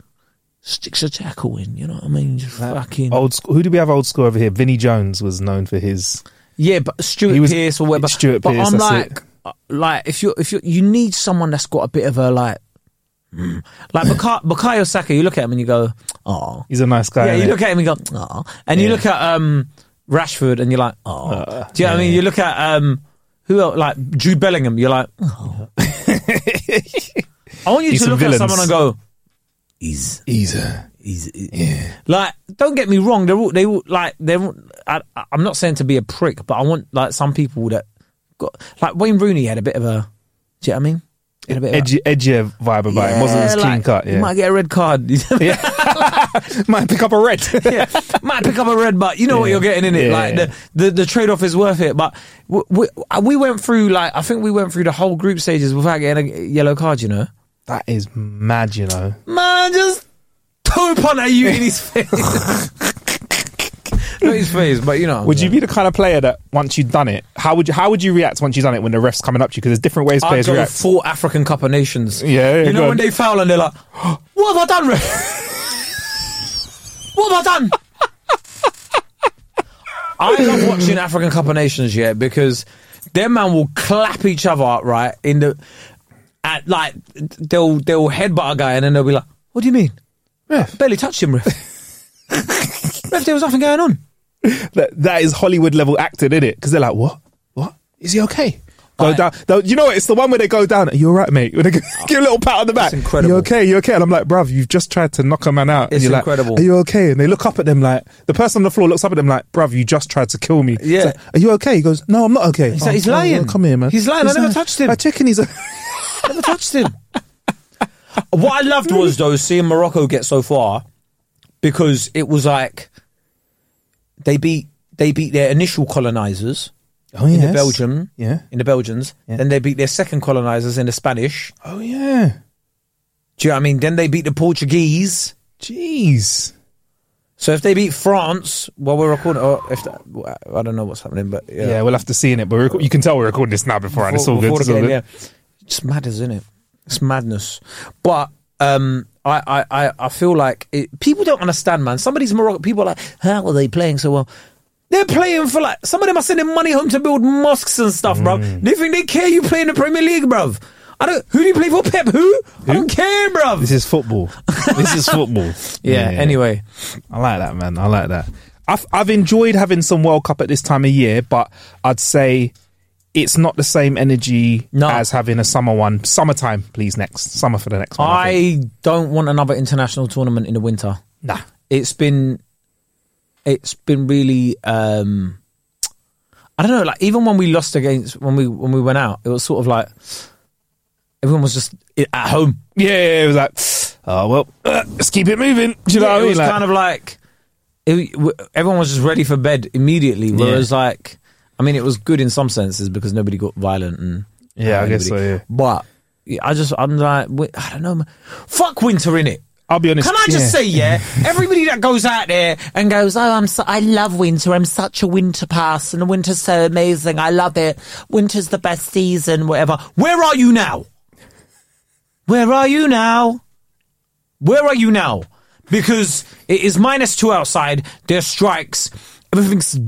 Speaker 3: sticks a tackle in. You know what I mean? Just fucking
Speaker 2: Old school. Who do we have old school over here? Vinnie Jones was known for his.
Speaker 3: yeah, but Stuart
Speaker 2: He was-
Speaker 3: Pearce or whatever.
Speaker 2: Stuart
Speaker 3: but
Speaker 2: Pearce,
Speaker 3: I'm
Speaker 2: that's
Speaker 3: like,
Speaker 2: it.
Speaker 3: uh, like if you if you you need someone that's got a bit of a like. mm. Like Baka- Bakayo Saka, you look at him and you go, "Oh,
Speaker 2: He's a nice guy.
Speaker 3: Yeah, you
Speaker 2: innit?
Speaker 3: look at him and go, "Aw," and you
Speaker 2: Yeah. Uh,
Speaker 3: look at um, Rashford and you're like, "Oh," do you know what I mean? You look at um, who else, like Jude Bellingham, you're like, "Aw." I want you
Speaker 2: He's
Speaker 3: to
Speaker 2: some
Speaker 3: look
Speaker 2: villains.
Speaker 3: at someone and go, "He's
Speaker 2: He's a-
Speaker 3: he's yeah. like." Don't get me wrong, they're all they all like they're. all- I, I- I'm not saying to be a prick, but I want like some people that got like Wayne Rooney had a bit of a. Do you know what I mean? He had a bit of a-
Speaker 2: edgy, edgier vibe about him. Wasn't as
Speaker 3: Yeah,
Speaker 2: clean
Speaker 3: like,
Speaker 2: cut.
Speaker 3: You
Speaker 2: Yeah.
Speaker 3: might get a red card.
Speaker 2: Might pick up a red.
Speaker 3: yeah, might pick up a red, but you know what
Speaker 2: Yeah.
Speaker 3: you're getting in it.
Speaker 2: Yeah,
Speaker 3: like
Speaker 2: yeah.
Speaker 3: the, the the trade off is worth it. But we, we we went through like I think we went through the whole group stages without getting a yellow card. You know,
Speaker 2: that is mad, you know.
Speaker 3: man, just toe punt at you in his face. Not his face, but you know.
Speaker 2: Would you be the kind of player that once you've done it, how would you how would you react once you've done it when the refs coming up to you? Because there's different ways
Speaker 3: I
Speaker 2: players
Speaker 3: go
Speaker 2: react.
Speaker 3: full African Cup of Nations.
Speaker 2: Yeah, yeah, go
Speaker 3: you know
Speaker 2: on.
Speaker 3: when they foul and they're like, "What have I done, ref? what have I done?" I love watching African Cup of Nations, yeah, because their man will clap each other right in the, at like they'll they'll headbutt a guy and then they'll be like, "What do you mean?
Speaker 2: Ref.
Speaker 3: Barely touched him, ref. ref, there was nothing going on."
Speaker 2: that, that is Hollywood level acting, in it? Because they're like, what? What? Is he okay? Go
Speaker 3: I-
Speaker 2: down. Though, you know what? It's the one where they go down. You're right, mate. When they give you a little pat on the back.
Speaker 3: Oh, incredible.
Speaker 2: You okay? You okay? And I'm like, bruv, you've just tried to knock a man out.
Speaker 3: It's
Speaker 2: and you're
Speaker 3: incredible.
Speaker 2: Like, Are you okay? And they look up at them like the person on the floor looks up at them like, bruv, you just tried to kill me. It's
Speaker 3: Yeah.
Speaker 2: like, Are you okay? He goes, no, I'm not okay.
Speaker 3: He's like, "He's lying.
Speaker 2: Come here, man.
Speaker 3: He's lying. I never touched him."
Speaker 2: I chicken. He's. A-
Speaker 3: Never touched him. what I loved was though seeing Morocco get so far because it was like they beat they beat their initial colonizers
Speaker 2: oh
Speaker 3: in
Speaker 2: yeah.
Speaker 3: the Belgium,
Speaker 2: Yeah.
Speaker 3: in the Belgians. Then they beat their second colonizers in the Spanish.
Speaker 2: Oh yeah.
Speaker 3: Do you know what I mean? Then they beat the Portuguese.
Speaker 2: Jeez.
Speaker 3: So if they beat France, well, we're recording. Or if that, I don't know what's happening, but yeah,
Speaker 2: Yeah. we'll have to see in it, but we're reco- you can tell we're recording this now before, and it's all good.
Speaker 3: before
Speaker 2: It's
Speaker 3: the
Speaker 2: all
Speaker 3: game,
Speaker 2: good.
Speaker 3: yeah. It's mad, isn't it? It's madness. But um, I, I, I, I feel like it, people don't understand, man. Some of these Morocco people are like, how are they playing so well? They're playing for like some of them are sending money home to build mosques and stuff, bruv.
Speaker 2: Mm.
Speaker 3: Do you think they care you play in the Premier League, bruv? I don't. Who do you play for, Pep? Who? I don't care, bruv.
Speaker 2: This is football. this is football.
Speaker 3: yeah, Anyway,
Speaker 2: I like that, man. I like that. I've I've enjoyed having some World Cup at this time of year, but I'd say it's not the same energy
Speaker 3: No.
Speaker 2: as having a summer one. Summertime, please. Next summer for the next one. I, think.
Speaker 3: I don't want another international tournament in the winter.
Speaker 2: nah.
Speaker 3: it's been it's been really um i don't know like even when we lost against when we when we went out it was sort of like everyone was just i- at home
Speaker 2: Yeah, yeah, yeah, it was like, oh well, let's keep it moving. Do you know
Speaker 3: Yeah,
Speaker 2: what I
Speaker 3: it
Speaker 2: mean?
Speaker 3: was
Speaker 2: Like-
Speaker 3: kind of like it, w- everyone was just ready for bed immediately whereas like i mean it was good in some senses because nobody got violent and
Speaker 2: Yeah, I guess so, yeah.
Speaker 3: but yeah, i just i'm like wi- i don't know man. fuck winter in it
Speaker 2: I'll be honest.
Speaker 3: Can I just
Speaker 2: yeah.
Speaker 3: say, yeah, everybody that goes out there and goes, oh, I'm so, I love winter. I'm such a winter person. Winter's so amazing. I love it. Winter's the best season, whatever. Where are you now? Where are you now? Where are you now? because it is minus two outside. There's strikes. Everything's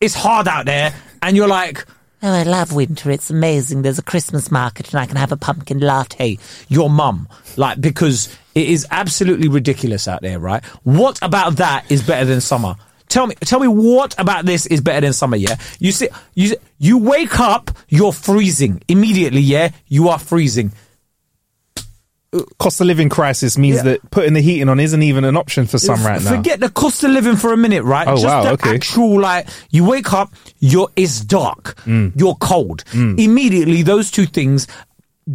Speaker 3: it's hard out there, and you're like,
Speaker 6: Oh, I love winter. It's amazing. There's a Christmas market and I can have a pumpkin latte. Your mum.
Speaker 3: like because it is absolutely ridiculous out there, right? What about that is better than summer? Tell me, tell me what about this is better than summer? Yeah, you see, you you wake up, you're freezing immediately. Yeah, you are freezing.
Speaker 2: Cost of living crisis means that putting the heating on isn't even an option for some
Speaker 3: F-
Speaker 2: right now.
Speaker 3: Forget the cost of living for a minute, right?
Speaker 2: Oh,
Speaker 3: Just
Speaker 2: wow,
Speaker 3: the
Speaker 2: okay.
Speaker 3: actual like you wake up, you're it's dark,
Speaker 2: Mm.
Speaker 3: you're cold. Immediately those two things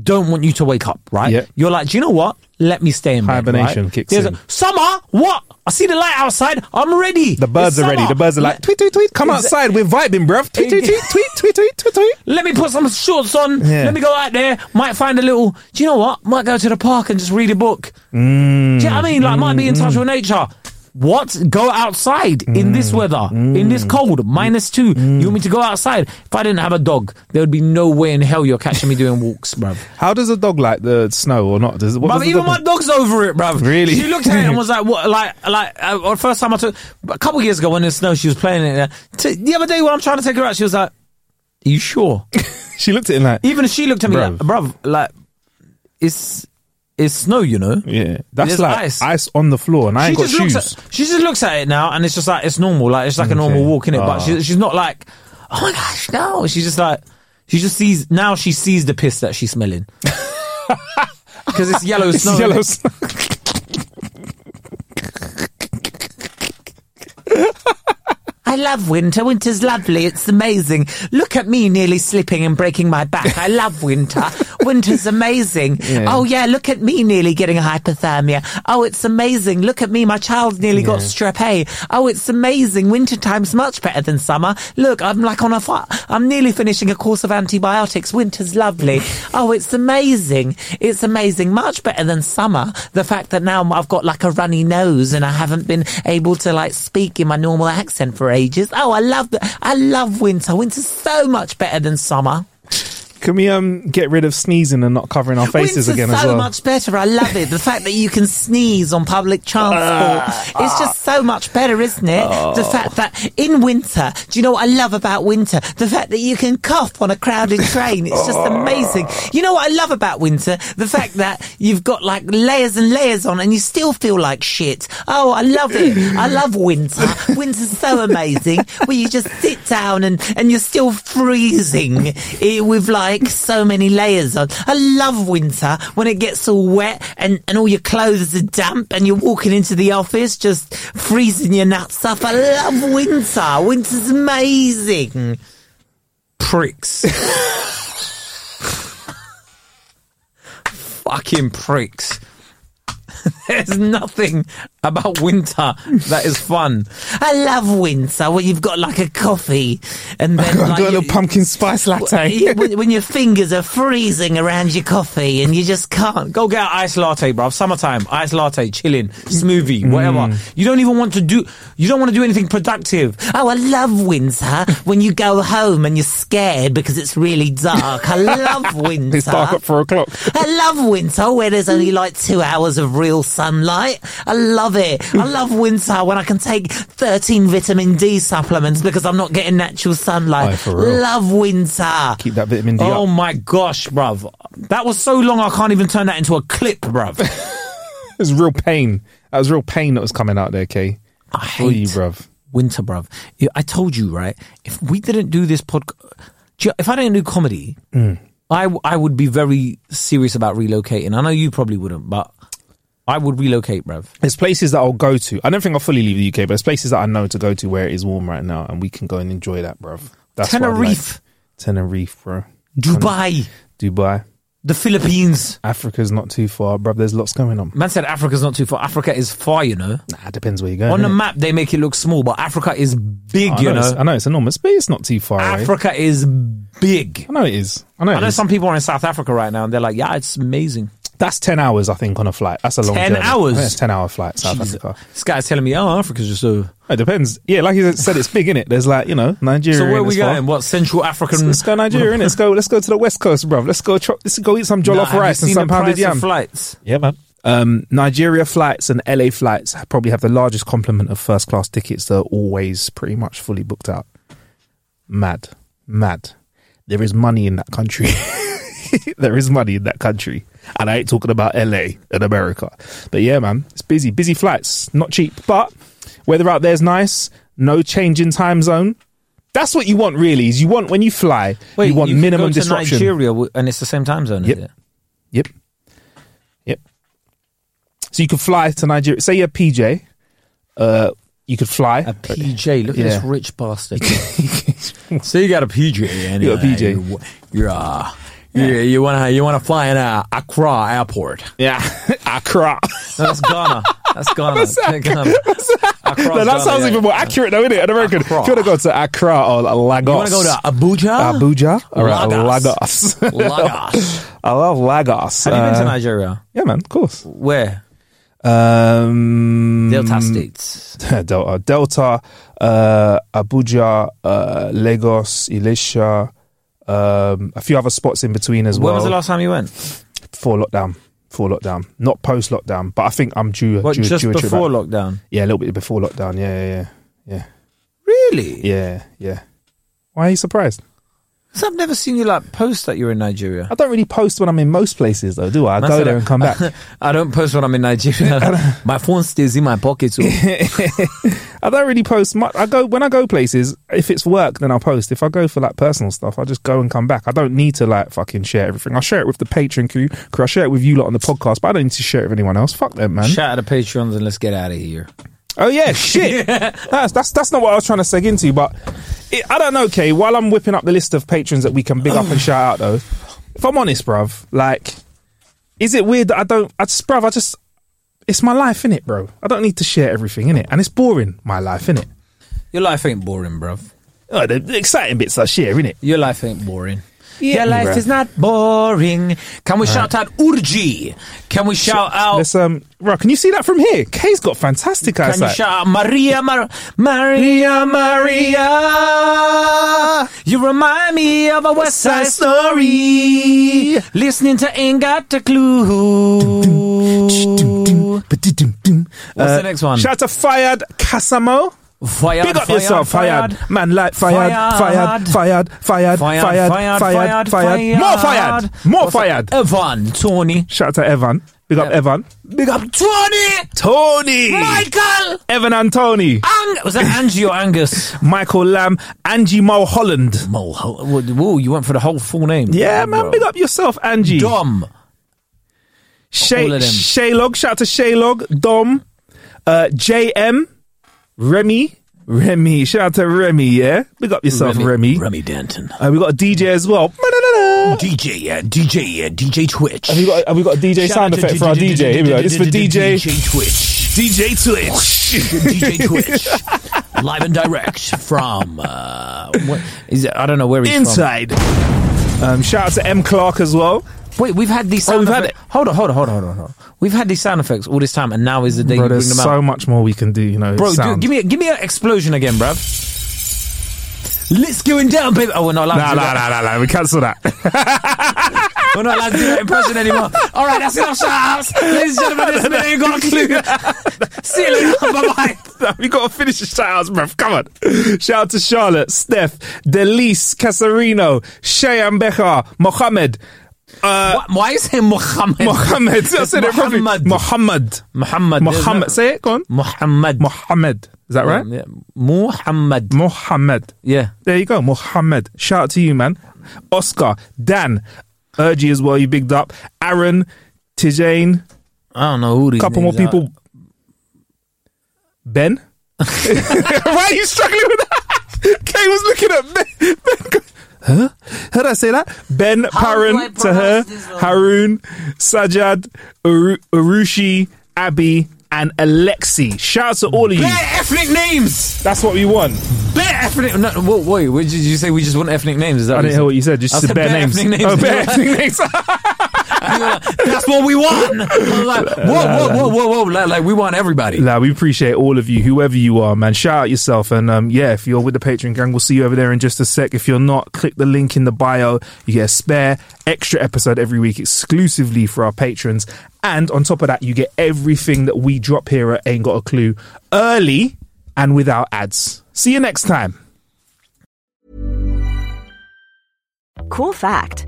Speaker 3: don't want you to wake up, right?
Speaker 2: Yeah.
Speaker 3: You're like, do you know what? Let me stay in bed,
Speaker 2: Hibernation
Speaker 3: right?
Speaker 2: kicks
Speaker 3: There's
Speaker 2: in.
Speaker 3: A, summer, what? I see the light outside. I'm ready.
Speaker 2: The birds
Speaker 3: It's
Speaker 2: are ready.
Speaker 3: summer.
Speaker 2: The birds are like
Speaker 3: Yeah.
Speaker 2: tweet tweet tweet. Come
Speaker 3: Exa-
Speaker 2: outside. We're vibing, bruv. Tweet tweet tweet tweet tweet tweet tweet. tweet.
Speaker 3: Let me put some shorts on.
Speaker 2: Yeah.
Speaker 3: Let me go out there. Might find a little. Do you know what? Might go to the park and just read a book.
Speaker 2: Mm.
Speaker 3: Do you know what I mean? Like, might be in touch with nature. What? Go outside
Speaker 2: Mm.
Speaker 3: in this weather, in this cold, minus two. You want me to go outside? If I didn't have a dog, there would be no way in hell you're catching me doing walks, bruv.
Speaker 2: How does a dog like the snow or not? Does what
Speaker 3: Bruv,
Speaker 2: does the
Speaker 3: even
Speaker 2: dog-
Speaker 3: my dog's over it, bruv.
Speaker 2: Really?
Speaker 3: She looked at it and was like, "What?" Like, like uh, well, first time I took a couple years ago when the snow, she was playing it. and, uh, t- the other day when I'm trying to take her out, she was like, "Are you sure?"
Speaker 2: she looked at him like
Speaker 3: even she looked at me
Speaker 2: Bruv.
Speaker 3: like, "Bruv, like it's it's snow, you know."
Speaker 2: yeah. That's
Speaker 3: There's
Speaker 2: like
Speaker 3: ice.
Speaker 2: ice. on the floor, and I
Speaker 3: she
Speaker 2: ain't got
Speaker 3: just
Speaker 2: shoes.
Speaker 3: looks at she just looks at it now, and it's just like it's normal, like it's like a normal walk in it. But
Speaker 2: Ah.
Speaker 3: she, she's not like, oh my gosh, no. She's just like she just sees now. She sees the piss that she's smelling because it's yellow
Speaker 2: It's
Speaker 3: snow.
Speaker 2: yellow
Speaker 3: innit?
Speaker 2: snow.
Speaker 6: I love winter. Winter's lovely. It's amazing. Look at me nearly slipping and breaking my back. I love winter. Winter's amazing. Oh yeah, look at me nearly getting hypothermia. Oh, it's amazing. Look at me. My child nearly got strep A. Oh, it's amazing. Winter time's much better than summer. Look, I'm like on a fi- I'm nearly finishing a course of antibiotics. Winter's lovely. oh, it's amazing. It's amazing. Much better than summer. The fact that now I've got like a runny nose and I haven't been able to like speak in my normal accent for ages. Oh, I love that. I love winter. Winter's so much better than summer.
Speaker 2: Can we um get rid of sneezing and not covering our
Speaker 6: Winter's
Speaker 2: faces again
Speaker 6: so
Speaker 2: as well?
Speaker 6: much better. I love it. The fact that you can sneeze on public transport.
Speaker 2: Ah.
Speaker 6: it's just so much better, isn't it? The
Speaker 2: Oh.
Speaker 6: fact that in winter, do you know what I love about winter? The fact that you can cough on a crowded train. It's just
Speaker 2: Ah.
Speaker 6: amazing. You know what I love about winter? The fact that you've got like layers and layers on and you still feel like shit. Oh, I love it. I love winter. Winter's so amazing where you just sit down and, and you're still freezing eh, with like so many layers on. I love winter when it gets all wet and, and all your clothes are damp and you're walking into the office just freezing your nuts off. I love winter. Winter's amazing.
Speaker 3: pricks. Fucking pricks. There's nothing about winter that is fun.
Speaker 6: I love winter where you've got like a coffee and then like
Speaker 2: I've got a
Speaker 6: you-
Speaker 2: little pumpkin spice latte.
Speaker 6: Yeah, when, when your fingers are freezing around your coffee and you just can't go.
Speaker 3: Go get an iced latte, bruv. Summertime, iced latte, chilling,
Speaker 6: Mm.
Speaker 3: smoothie, whatever. You don't even want to do. You don't want to do anything productive.
Speaker 6: Oh, I love winter when you go home and you're scared because it's really dark. I love winter.
Speaker 2: it's dark at four o'clock.
Speaker 6: I love winter where there's only like two hours of real sunlight. I love it. I love winter when I can take 13 vitamin D supplements because I'm not getting natural sunlight.
Speaker 2: Oh, for real.
Speaker 6: Love winter.
Speaker 2: Keep that vitamin D
Speaker 3: Oh
Speaker 2: up.
Speaker 3: my gosh, bruv. That was so long. I can't even turn that into a clip, bruv.
Speaker 2: It was real pain. That was real pain that was coming out there, Kay.
Speaker 3: I
Speaker 2: For you,
Speaker 3: hate
Speaker 2: bruv.
Speaker 3: winter, bruv. I- I told you, right? If we didn't do this podcast, if I didn't do comedy,
Speaker 2: Hmm.
Speaker 3: I, w- I would be very serious about relocating. I know you probably wouldn't, but I would relocate, bruv.
Speaker 2: There's places that I'll go to. I don't think I'll fully leave the UK, but there's places that I know to go to where it is warm right now, and we can go and enjoy that, bruv. That's what I'd like.
Speaker 3: Tenerife,
Speaker 2: Tenerife, bro.
Speaker 3: Dubai,
Speaker 2: Dubai.
Speaker 3: the Philippines.
Speaker 2: Africa's not too far, bruv. There's lots going on.
Speaker 3: Man said Africa's not too far. Africa is far, you know.
Speaker 2: Nah, depends where you go.
Speaker 3: On the
Speaker 2: innit?
Speaker 3: map, they make it look small, but Africa is big,
Speaker 2: I
Speaker 3: you
Speaker 2: know, it's- I
Speaker 3: know.
Speaker 2: know it's enormous, but it's not too far away.
Speaker 3: Africa is big.
Speaker 2: I know it is. I know.
Speaker 3: I
Speaker 2: it
Speaker 3: know
Speaker 2: is.
Speaker 3: some people are in South Africa right now, and they're like, "Yeah, it's amazing."
Speaker 2: That's ten hours, I think, on a flight. That's a long.
Speaker 3: 10
Speaker 2: journey.
Speaker 3: hours?
Speaker 2: That's ten hour flight, South
Speaker 3: Jesus.
Speaker 2: Africa.
Speaker 3: This guy's telling me, "Oh, Africa's just so."
Speaker 2: It depends. Yeah, like you said, it's big, innit? There's like you know Nigeria.
Speaker 3: So where
Speaker 2: in
Speaker 3: are we
Speaker 2: as well.
Speaker 3: going? What Central African?
Speaker 2: Let's, let's go Nigeria, innit? Let's go. Let's go to the west coast, bruv. Let's go. Tro- let's go eat some
Speaker 3: Nah,
Speaker 2: jollof
Speaker 3: have you
Speaker 2: rice and
Speaker 3: seen
Speaker 2: some
Speaker 3: the
Speaker 2: pounded
Speaker 3: price of
Speaker 2: yam.
Speaker 3: Flights.
Speaker 2: Yeah, man. Um, Nigeria flights and LA flights probably have the largest complement of first class tickets. They're always pretty much fully booked out. Mad, mad. There is money in that country. there is money in that country, and I ain't talking about LA and America. But yeah, man, it's busy, busy flights, not cheap. But weather out there's nice. No change in time zone. That's what you want, really. Is you want when you fly, you want
Speaker 3: can
Speaker 2: minimum
Speaker 3: go to
Speaker 2: disruption.
Speaker 3: Nigeria w- and it's the same time zone,
Speaker 2: Yep.
Speaker 3: is it?
Speaker 2: Yep. Yep. So you could fly to Nigeria. Say you're a PJ. Uh, you could fly.
Speaker 3: A PJ. Look at
Speaker 2: Yeah.
Speaker 3: this rich bastard. so you got a PJ. And
Speaker 2: You got a
Speaker 3: uh,
Speaker 2: PJ.
Speaker 3: You, you're, uh, you, you wanna you wanna fly in uh, Accra airport?
Speaker 2: yeah. Accra.
Speaker 3: No, that's Ghana. That's Ghana. Ghana. Accra's
Speaker 2: No, that
Speaker 3: Ghana,
Speaker 2: sounds
Speaker 3: yeah.
Speaker 2: even more accurate, though, isn't it? An American. If you
Speaker 3: Accra.
Speaker 2: want to go to Accra or Lagos.
Speaker 3: You want to go to Abuja?
Speaker 2: Abuja or Lagos.
Speaker 3: Lagos. Lagos.
Speaker 2: I love Lagos.
Speaker 3: Have you been to
Speaker 2: Uh,
Speaker 3: Nigeria?
Speaker 2: Yeah, man, of course.
Speaker 3: Where?
Speaker 2: Um,
Speaker 3: Delta States.
Speaker 2: Delta, Delta, uh, Abuja, uh, Lagos, Elisha, um, a few other spots in between as
Speaker 3: When
Speaker 2: well.
Speaker 3: was the last time you went?
Speaker 2: before lockdown? Before lockdown, not post lockdown, but I think I'm due.
Speaker 3: What,
Speaker 2: due,
Speaker 3: just
Speaker 2: due a trip
Speaker 3: before
Speaker 2: back.
Speaker 3: lockdown?
Speaker 2: Yeah, a little bit before lockdown. Yeah, yeah, yeah,
Speaker 3: Really?
Speaker 2: yeah, yeah, yeah. Why are you surprised?
Speaker 3: So I've never seen you like post that you're in Nigeria.
Speaker 2: I don't really post when I'm in most places, though, do I? I
Speaker 3: Man
Speaker 2: go
Speaker 3: said
Speaker 2: there and come back.
Speaker 3: I don't post when I'm in Nigeria. my phone stays in my pocket. So
Speaker 2: I don't really post much. I go when I go places. If it's work, then I'll post. If I go for like personal stuff, I just go and come back. I don't need to like fucking share everything. I share it with the Patreon crew. crew. I share it with you lot on the podcast, but I don't need to share it with anyone else. Fuck them, man.
Speaker 3: shout out to Patreons and let's get out of here.
Speaker 2: Oh yeah, shit. that's, that's that's not what I was trying to seg into, but it, I don't know. Okay, while I'm whipping up the list of patrons that we can big up and shout out, though, if I'm honest, bruv, like, is it weird that I don't? I just, bruv, I just, it's my life, innit, bro. I don't need to share everything, innit, and it's boring, my life, innit.
Speaker 3: Your life ain't boring, bruv.
Speaker 2: Oh, the, the exciting bits I share, innit?
Speaker 3: Your life ain't boring.
Speaker 2: Yeah,
Speaker 3: Your life
Speaker 2: bruv.
Speaker 3: is not boring. Can we shout out Urji? Can we shout out?
Speaker 2: Let's um, bro. Can you see that from here? Kay's got fantastic
Speaker 3: can you
Speaker 2: eyesight.
Speaker 3: shout out Maria, Mar- Maria, Maria? You remind me of a West Side Story. Listening to Ain't Got a Clue. What's the next one?
Speaker 2: Uh, Shout out to Fired Casamo.
Speaker 3: Fired,
Speaker 2: Big up
Speaker 3: fired,
Speaker 2: yourself, fired.
Speaker 3: fired.
Speaker 2: Man, like fired, fired, fired, fired, fired, fired, fired, fired, More fired, more
Speaker 3: What's
Speaker 2: fired.
Speaker 3: that? Evan, Tony.
Speaker 2: Shout out to Evan. Big up Evan.
Speaker 3: Big up Tony!
Speaker 2: Tony.
Speaker 3: Michael!
Speaker 2: Evan and Tony.
Speaker 3: Ang- was that Angie or Angus?
Speaker 2: Michael Lamb. Angie Mulholland.
Speaker 3: Mole. Whoa, you went for the whole full name.
Speaker 2: Yeah, man. Big up yourself, Angie.
Speaker 3: Dom.
Speaker 2: Shay,
Speaker 3: All of them.
Speaker 2: Shaylog, shout out to Shaylog, Dom, uh, JM, Remy, Remy, shout out to Remy, yeah? Big up yourself, Remy.
Speaker 4: Remy Danton.
Speaker 2: Uh, we got a DJ as well. Have
Speaker 4: DJ, yeah, DJ, yeah, DJ Twitch.
Speaker 2: we got, have we got a DJ sound effect for our DJ? Here we go. This is for DJ.
Speaker 4: DJ Twitch.
Speaker 2: DJ Twitch.
Speaker 4: DJ Twitch. Live and direct from
Speaker 3: Uh, what, is it, I don't know where he's
Speaker 2: Inside. Um, shout out to M Clark as well.
Speaker 3: from. Wait, we've had these sound
Speaker 2: Oh, we've had
Speaker 3: effects. Hold on, hold on, hold on, hold on, hold on. We've had these sound effects all this time, and now is the day
Speaker 2: Bro,
Speaker 3: you bring
Speaker 2: there's
Speaker 3: them
Speaker 2: so
Speaker 3: out.
Speaker 2: much more we can do, you know.
Speaker 3: Bro,
Speaker 2: sound.
Speaker 3: dude, give me a, give me an explosion again, bruv. Let's going down, baby. Oh, we're not allowed to
Speaker 2: Nah,
Speaker 3: do
Speaker 2: nah,
Speaker 3: that.
Speaker 2: nah, nah, nah, we cancel that.
Speaker 3: We're not allowed to do that in person anymore. All right, that's enough shout-outs. Ladies and gentlemen, this minute ain't got a clue. See you later. Bye-bye.
Speaker 2: No, we got to finish the shout-outs, bruv. Come on. Shout out to Charlotte, Steph, Delise, Casarino, Shayan Becker, Mohammed, uh,
Speaker 3: Why- Why is it Muhammad?
Speaker 2: Mohammed. I said it properly.
Speaker 3: Muhammad.
Speaker 2: Mohammed.
Speaker 3: Muhammad.
Speaker 2: Mohammed. Say it, go on.
Speaker 3: Muhammad.
Speaker 2: Mohammed. Is that right?
Speaker 3: Yeah. Muhammad.
Speaker 2: Mohammed.
Speaker 3: Yeah.
Speaker 2: There you go, Mohammed. Shout out to you, man. Oscar, Dan, Urgy as well, you bigged up. Aaron, Tijane,
Speaker 3: I don't know who these
Speaker 2: couple more
Speaker 3: names are.
Speaker 2: people. Ben? Why are you struggling with that? Kay was looking at Ben. ben go- huh? How did I say that? Ben, Paran, Taher, Haroon, Sajad, Uru- Urushi, Abby, and Alexi. Shout out to all of you.
Speaker 3: Bare ethnic names.
Speaker 2: That's what we want.
Speaker 3: Bare ethnic. No, whoa, wait. What did you say? We just want ethnic names. Is that
Speaker 2: I
Speaker 3: what
Speaker 2: didn't hear what you said. Just
Speaker 3: I
Speaker 2: said bare names.
Speaker 3: ethnic names.
Speaker 2: Oh, bare ethnic names.
Speaker 7: That's what we want. I was like, whoa, whoa, whoa, whoa, whoa. Like, like, we want everybody.
Speaker 2: Nah, we appreciate all of you, whoever you are, man. Shout out yourself. And um, yeah, if you're with the Patreon gang, we'll see you over there in just a sec. If you're not, click the link in the bio. You get a spare extra episode every week exclusively for our patrons. And on top of that, you get everything that we drop here at Ain't Got a Clue early and without ads. See you next time.
Speaker 1: Cool fact